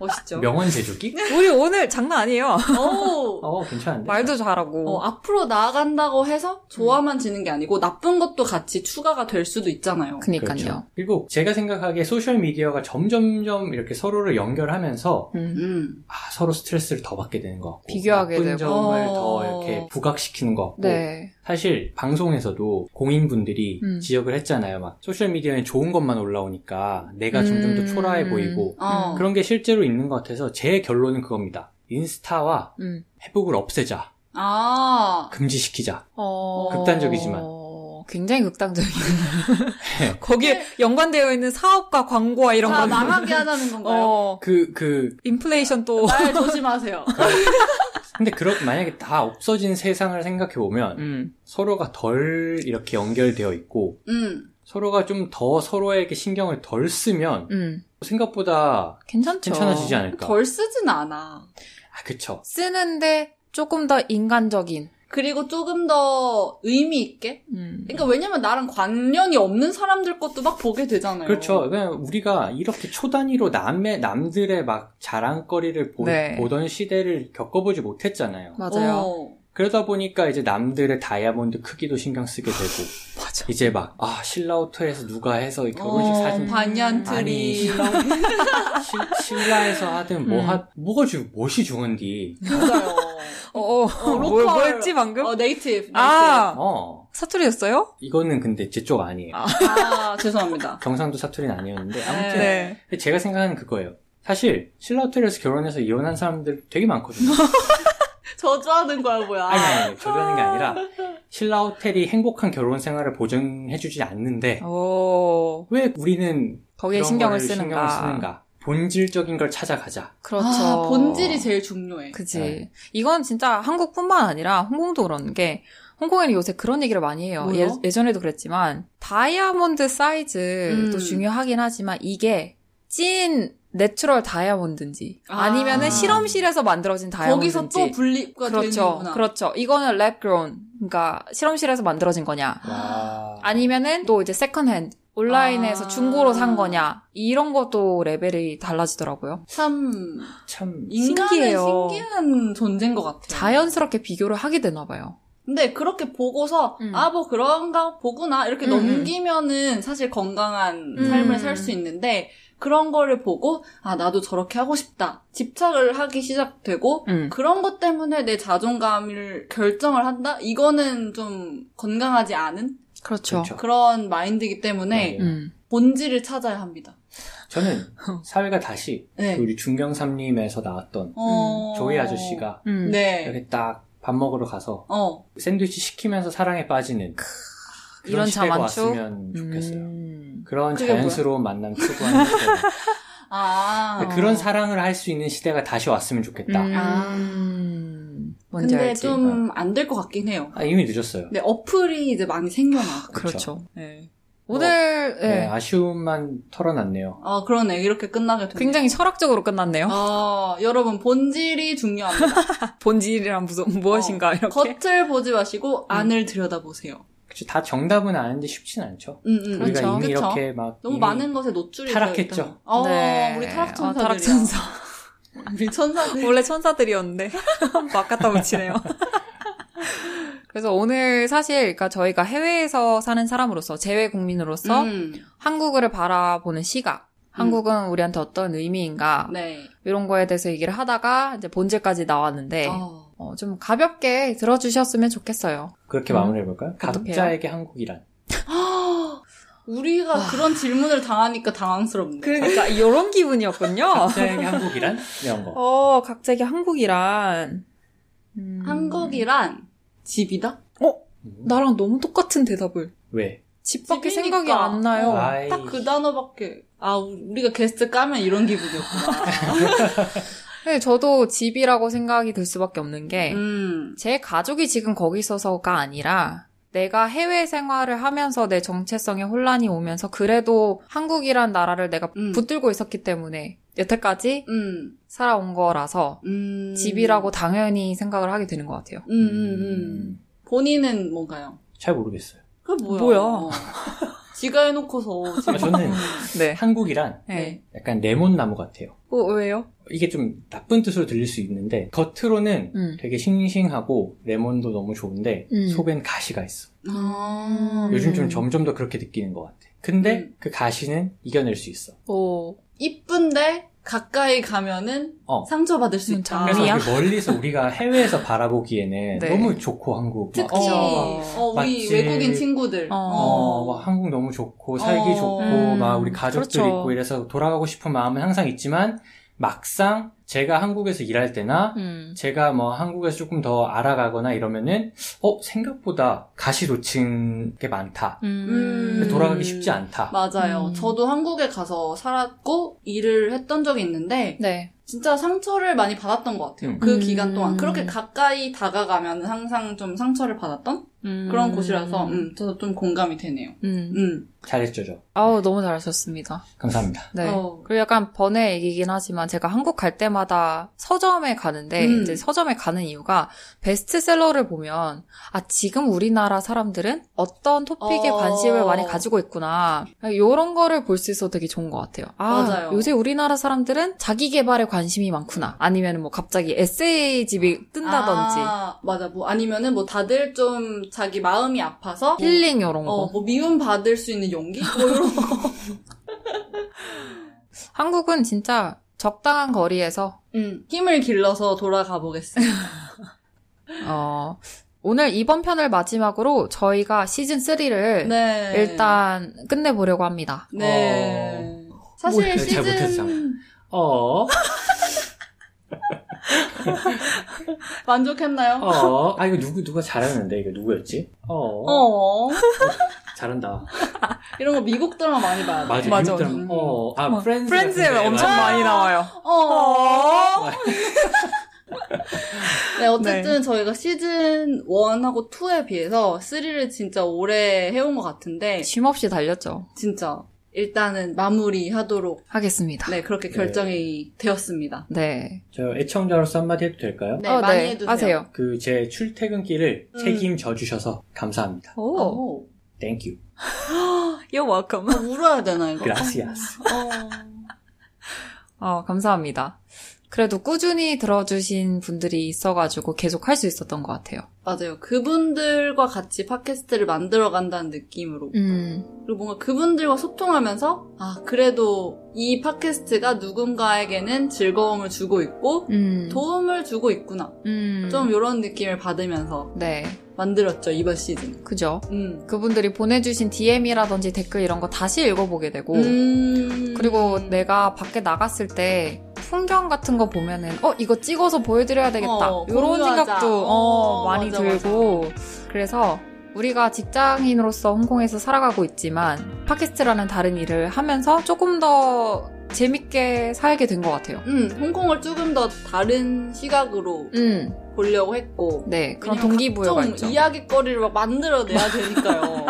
멋있죠?
명언 제조기?
우리 오늘 장난 아니에요.
오!
어, 괜찮은데?
말도 잘하고.
어, 앞으로 나아간다고 해서 좋아만 지는 게 아니고 나쁜 것도 같이 추가가 될 수도 있잖아요.
그니까요.
그렇죠. 그리고 제가 생각하기에 소셜미디어가 점점점 이렇게 서로를 연결하면서
음.
음.
아, 서로 스트레스를 더 받게 되는 것 같고
비교하게
나쁜
되고.
점을 더
어.
이렇게 부각시키는 것 같고
네.
사실 방송에서도 공인분들이
음.
지적을 했잖아요. 막 소셜미디어에 좋은 것만 올라오니까 내가 점점 더
음.
초라해 보이고
어.
그런 게 실제로 있는 것 같아서 제 결론은 그겁니다. 인스타와
음.
페북을 없애자.
아,
금지시키자.
어...
극단적이지만. 네.
굉장히 극단적인. 거기에 연관되어 있는 사업과 광고와 이런
다
거.
망하게 하자는 건가요?
어.
그, 그,
인플레이션 또.
날 아, 예, 조심하세요.
근데 그렇, 만약에 다 없어진 세상을 생각해보면
음.
서로가 덜 이렇게 연결되어 있고
음.
서로가 좀 더 서로에게 신경을 덜 쓰면
음.
생각보다
괜찮죠.
괜찮아지지
그러니까.
않을까.
덜 쓰진 않아.
아, 그쵸.
쓰는데 조금 더 인간적인.
그리고 조금 더 의미 있게?
음.
그러니까 왜냐면 나랑 관련이 없는 사람들 것도 막 보게
음.
되잖아요.
그렇죠. 그냥 우리가 이렇게 초단위로 남의, 남들의 막 자랑거리를 보,
네.
던 시대를 겪어보지 못했잖아요.
맞아요.
어.
그러다 보니까 이제 남들의 다이아몬드 크기도 신경 쓰게 되고,
맞아.
이제 막, 아, 신라호텔에서 누가 해서 이
그러니까
결혼식
어,
사진 아니,
반얀트리.
시- 신라에서 하든 뭐
음.
하, 뭐가 주, 무엇이 중은디.
그러니까요.
어, 어,
어,
뭘,
로컬.
뭐였지 방금?
어, 네이티브. 네이티브.
아,
어,
사투리였어요?
이거는 근데 제 쪽 아니에요.
아.
아, 죄송합니다.
경상도 사투리는 아니었는데, 아무튼.
네.
제가 생각하는 그거예요. 사실, 신라호텔에서 결혼해서 이혼한 사람들 되게 많거든요.
저주하는 거야, 뭐야.
아니, 아니, 저러는 게 아니라, 신라호텔이 행복한 결혼 생활을 보증해주지 않는데,
오,
왜 우리는
어. 거기에
그런
신경을
거를
쓰는가.
쓰는가? 본질적인 걸 찾아가자.
그렇죠.
아, 본질이 제일 중요해.
그지.
네.
이건 진짜 한국뿐만 아니라 홍콩도 그런 게 홍콩에는 요새 그런 얘기를 많이 해요.
뭐요?
예, 예전에도 그랬지만 다이아몬드 사이즈도
음.
중요하긴 하지만 이게 찐 내추럴 다이아몬드인지
아.
아. 니면은 실험실에서 만들어진 다이아몬드인지
거기서 또 분리가
그렇죠.
되는구나.
그렇죠. 이거는 랩그론 그러니까 실험실에서 만들어진 거냐
와.
아. 아니면은 또 이제 세컨핸드 온라인에서
아.
중고로 산 거냐 이런 것도 레벨이 달라지더라고요.
참
참,
인간은
신기해요.
신기한 존재인 것 같아요.
자연스럽게 비교를 하게 되나 봐요.
근데 그렇게 보고서
음.
아 뭐 그런가 보구나 이렇게
음,
넘기면은 사실 건강한
음.
삶을 살 수 있는데 그런 거를 보고 아 나도 저렇게 하고 싶다 집착을 하기 시작되고
음.
그런 것 때문에 내 자존감을 결정을 한다 이거는 좀 건강하지 않은
그렇죠.
그렇죠.
그런 마인드이기 때문에
네.
음.
본질을 찾아야 합니다.
저는
어.
사회가 다시
네.
그 우리 중경삼림에서 나왔던
어...
조이 아저씨가
음.
네.
이렇게 딱 밥 먹으러 가서
어.
샌드위치 시키면서 사랑에 빠지는 그런
이런
시대가
자만추?
왔으면 좋겠어요.
음.
그런
그게 뭐야?
자연스러운 만남 추구하는 시대.
아.
네, 그런 사랑을 할 수 있는 시대가 다시 왔으면 좋겠다.
음. 뭔지
근데
알지?
좀 안 될 것 같긴 해요.
아, 이미 늦었어요.
네, 어플이 이제 많이 생겨나.
그렇죠. 네.
뭐,
오늘
네,
네.
아쉬움만 털어놨네요.
아, 그러네. 이렇게 끝나게 되네.
굉장히 철학적으로 끝났네요.
아, 여러분, 본질이 중요합니다.
아. 본질이란 무슨 무엇인가 이렇게.
겉을 보지
음.
마시고, 안을 들여다보세요.
그치, 다 정답은 아는데 쉽진 않죠.
음, 음.
그렇죠.
우리가 이미
그쵸.
이렇게 막
너무
이미
많은 것에 노출이
타락했죠.
되어있다. 어,
네.
우리
아,
타락천사들.
타락천사.
우리 천사들.
원래 천사들이었는데 막 갖다 붙이네요. 그래서 오늘 사실 그러니까 저희가 해외에서 사는 사람으로서 재외 국민으로서
음,
한국을 바라보는 시각, 한국은 우리한테 어떤 의미인가
네.
이런 거에 대해서 얘기를 하다가 이제 본질까지 나왔는데
어.
어, 좀 가볍게 들어주셨으면 좋겠어요.
그렇게
음.
마무리해볼까요? 각자에게 한국이란.
우리가 그런 질문을 당하니까 당황스럽네.
그러니까 이런 기분이었군요.
각자에게 한국이란? 이런 거.
네, 어, 갑자기 한국이란 음,
한국이란 집이다?
음.
나랑 너무 똑같은 대답을
왜?
집 밖에
집이니까.
생각이 안 나요.
어.
아이,
딱 그 단어밖에. 아, 우- 우리가 게스트 까면 이런 기분이었구나.
네, 저도 집이라고 생각이 들 수밖에 없는
네.
게 제
음.
가족이 지금 거기 있어서가 아니라 내가 해외 생활을 하면서 내 정체성에 혼란이 오면서 그래도 한국이란 나라를 내가
음.
붙들고 있었기 때문에 여태까지
음.
살아온 거라서
음.
집이라고 당연히 생각을 하게 되는 것 같아요.
음, 음, 음. 본인은 뭔가요?
잘 모르겠어요.
그 뭐야?
뭐야?
어. 지가 해놓고서
아, 저는
네.
한국이란
네.
약간 레몬나무 같아요.
어, 왜요?
이게 좀 나쁜 뜻으로 들릴 수 있는데 겉으로는
음.
되게 싱싱하고 레몬도 너무 좋은데
음.
속엔 가시가 있어.
아,
요즘
음.
좀 점점 더 그렇게 느끼는 것 같아. 근데
음.
그 가시는 이겨낼 수 있어.
오.
이쁜데 가까이 가면은
어.
상처받을 수
음,
있다.
그래서
아니야?
그 멀리서 우리가 해외에서 바라보기에는
네.
너무 좋고 한국 막,
특히
어.
어, 우리
맛집.
외국인 친구들
어.
어, 막 한국 너무 좋고 살기
어.
좋고
음,
막 우리 가족들
그렇죠.
있고 이래서 돌아가고 싶은 마음은 항상 있지만 막상 제가 한국에서 일할 때나
음.
제가 뭐 한국에서 조금 더 알아가거나 이러면은 어 생각보다 가시 놓친 게 많다
음.
돌아가기 쉽지 않다
맞아요.
음.
저도 한국에 가서 살았고 일을 했던 적이 있는데
네.
진짜 상처를 많이 받았던 것 같아요.
음.
그
음.
기간 동안 그렇게 가까이 다가가면 항상 좀 상처를 받았던
음.
그런 곳이라서 음, 저도 좀 공감이 되네요.
음.
음.
잘했죠 저
아우, 너무 잘하셨습니다.
감사합니다
네.
어.
그리고 약간 번외 얘기긴 하지만 제가 한국 갈 때마다 서점에 가는데
음.
이제 서점에 가는 이유가 베스트셀러를 보면 아 지금 우리나라 사람들은 어떤 토픽에
어.
관심을 많이 가지고 있구나 이런 거를 볼 수 있어서 되게 좋은 것 같아요. 아
맞아요.
요새 우리나라 사람들은 자기 개발에 관심이 많구나 아니면 뭐 갑자기 에세이 집이 뜬다든지
아, 맞아. 뭐 아니면은 뭐 다들 좀 자기 마음이 아파서
힐링 이런 거
어, 뭐 미움 받을 수 있는 용기? 뭐 이런 거.
한국은 진짜 적당한 거리에서
음, 힘을 길러서 돌아가 보겠습니다.
어, 오늘 이번 편을 마지막으로 저희가 시즌 3를
네.
일단 끝내보려고 합니다.
네.
어.
사실
뭐, 잘 못했어.
시즌
어어
만족했나요?
아 이거 누구 누가 잘하는데 이거 누구였지
어.
어어 잘한다
이런 거 미국 드라마 많이 봐야 돼.
맞아
맞아.
맞아
음.
어아 프렌즈
프렌즈에
같은데,
엄청
맞아.
많이 나와요.
어.
어.
네, 어쨌든 저희가 시즌 1하고 2에 비해서 3를 진짜 오래 해온 것 같은데,
쉼 없이 달렸죠.
진짜 일단은 마무리하도록,
하겠습니다. 네.
네, 그렇게 결정이 되었습니다.
저 애청자로서 한마디 해도 될까요?
네,
어,
많이
네.
해주세요.
하세요.
그 제 출퇴근길을
음.
책임져 주셔서 감사합니다.
오,
오.
Thank you.
you're welcome.
아, 어. 울어야 되나, 이거?
Gracias.
어.
어, 감사합니다. 그래도 꾸준히 들어주신 분들이 있어가지고 계속 할 수 있었던 것 같아요.
맞아요. 그분들과 같이 팟캐스트를 만들어 간다는 느낌으로.
음,
그리고 뭔가 그분들과 소통하면서, 아, 그래도 이 팟캐스트가 누군가에게는 즐거움을 주고 있고,
음,
도움을 주고 있구나.
음,
좀 이런 느낌을 받으면서
네,
만들었죠, 이번 시즌.
그죠.
음.
그분들이 보내주신 DM이라든지 댓글 이런 거 다시 읽어보게 되고,
음.
그리고 네. 내가 밖에 나갔을 때 풍경 같은 거 보면은 어 이거 찍어서 보여드려야 되겠다
어,
이런
공유하자.
생각도 어,
어,
많이
맞아,
들고 그래서 우리가 직장인으로서 홍콩에서 살아가고 있지만 팟캐스트라는 다른 일을 하면서 조금 더 재밌게 살게 된 것 같아요.
음, 홍콩을 조금 더 다른 시각으로
음,
보려고 했고.
네 그런
왜냐면
동기부여가
각종
있죠.
이야기거리를 막 만들어내야 되니까요.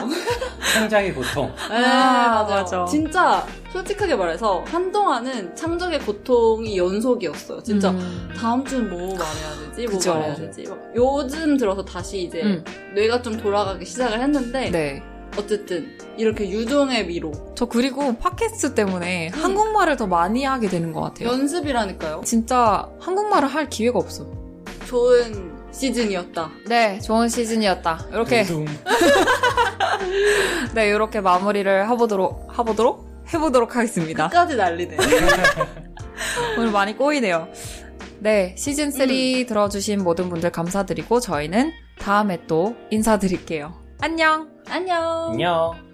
창작의 고통.
네,
아,
맞아요.
맞아.
진짜 솔직하게 말해서 한동안은 창작의 고통이 연속이었어요. 진짜
음,
다음 주는 뭐 말해야 되지? 뭐
그죠.
말해야 되지? 막 요즘 들어서 다시 이제
음,
뇌가 좀 돌아가기 시작을 했는데
네.
어쨌든 이렇게 유종의 미로
저 그리고 팟캐스트 때문에 한국말을 더 많이 하게 되는 것 같아요.
음. 연습이라니까요.
진짜 한국말을 할 기회가 없어.
좋은 시즌이었다.
네, 좋은 시즌이었다. 이렇게
둥둥.
네, 이렇게 마무리를 해보도록 해보도록 해보도록 하겠습니다.
끝까지 난리네.
오늘 많이 꼬이네요. 네, 시즌 3 들어주신 모든 분들 감사드리고 저희는 다음에 또 인사드릴게요. 안녕.
안녕.
안녕.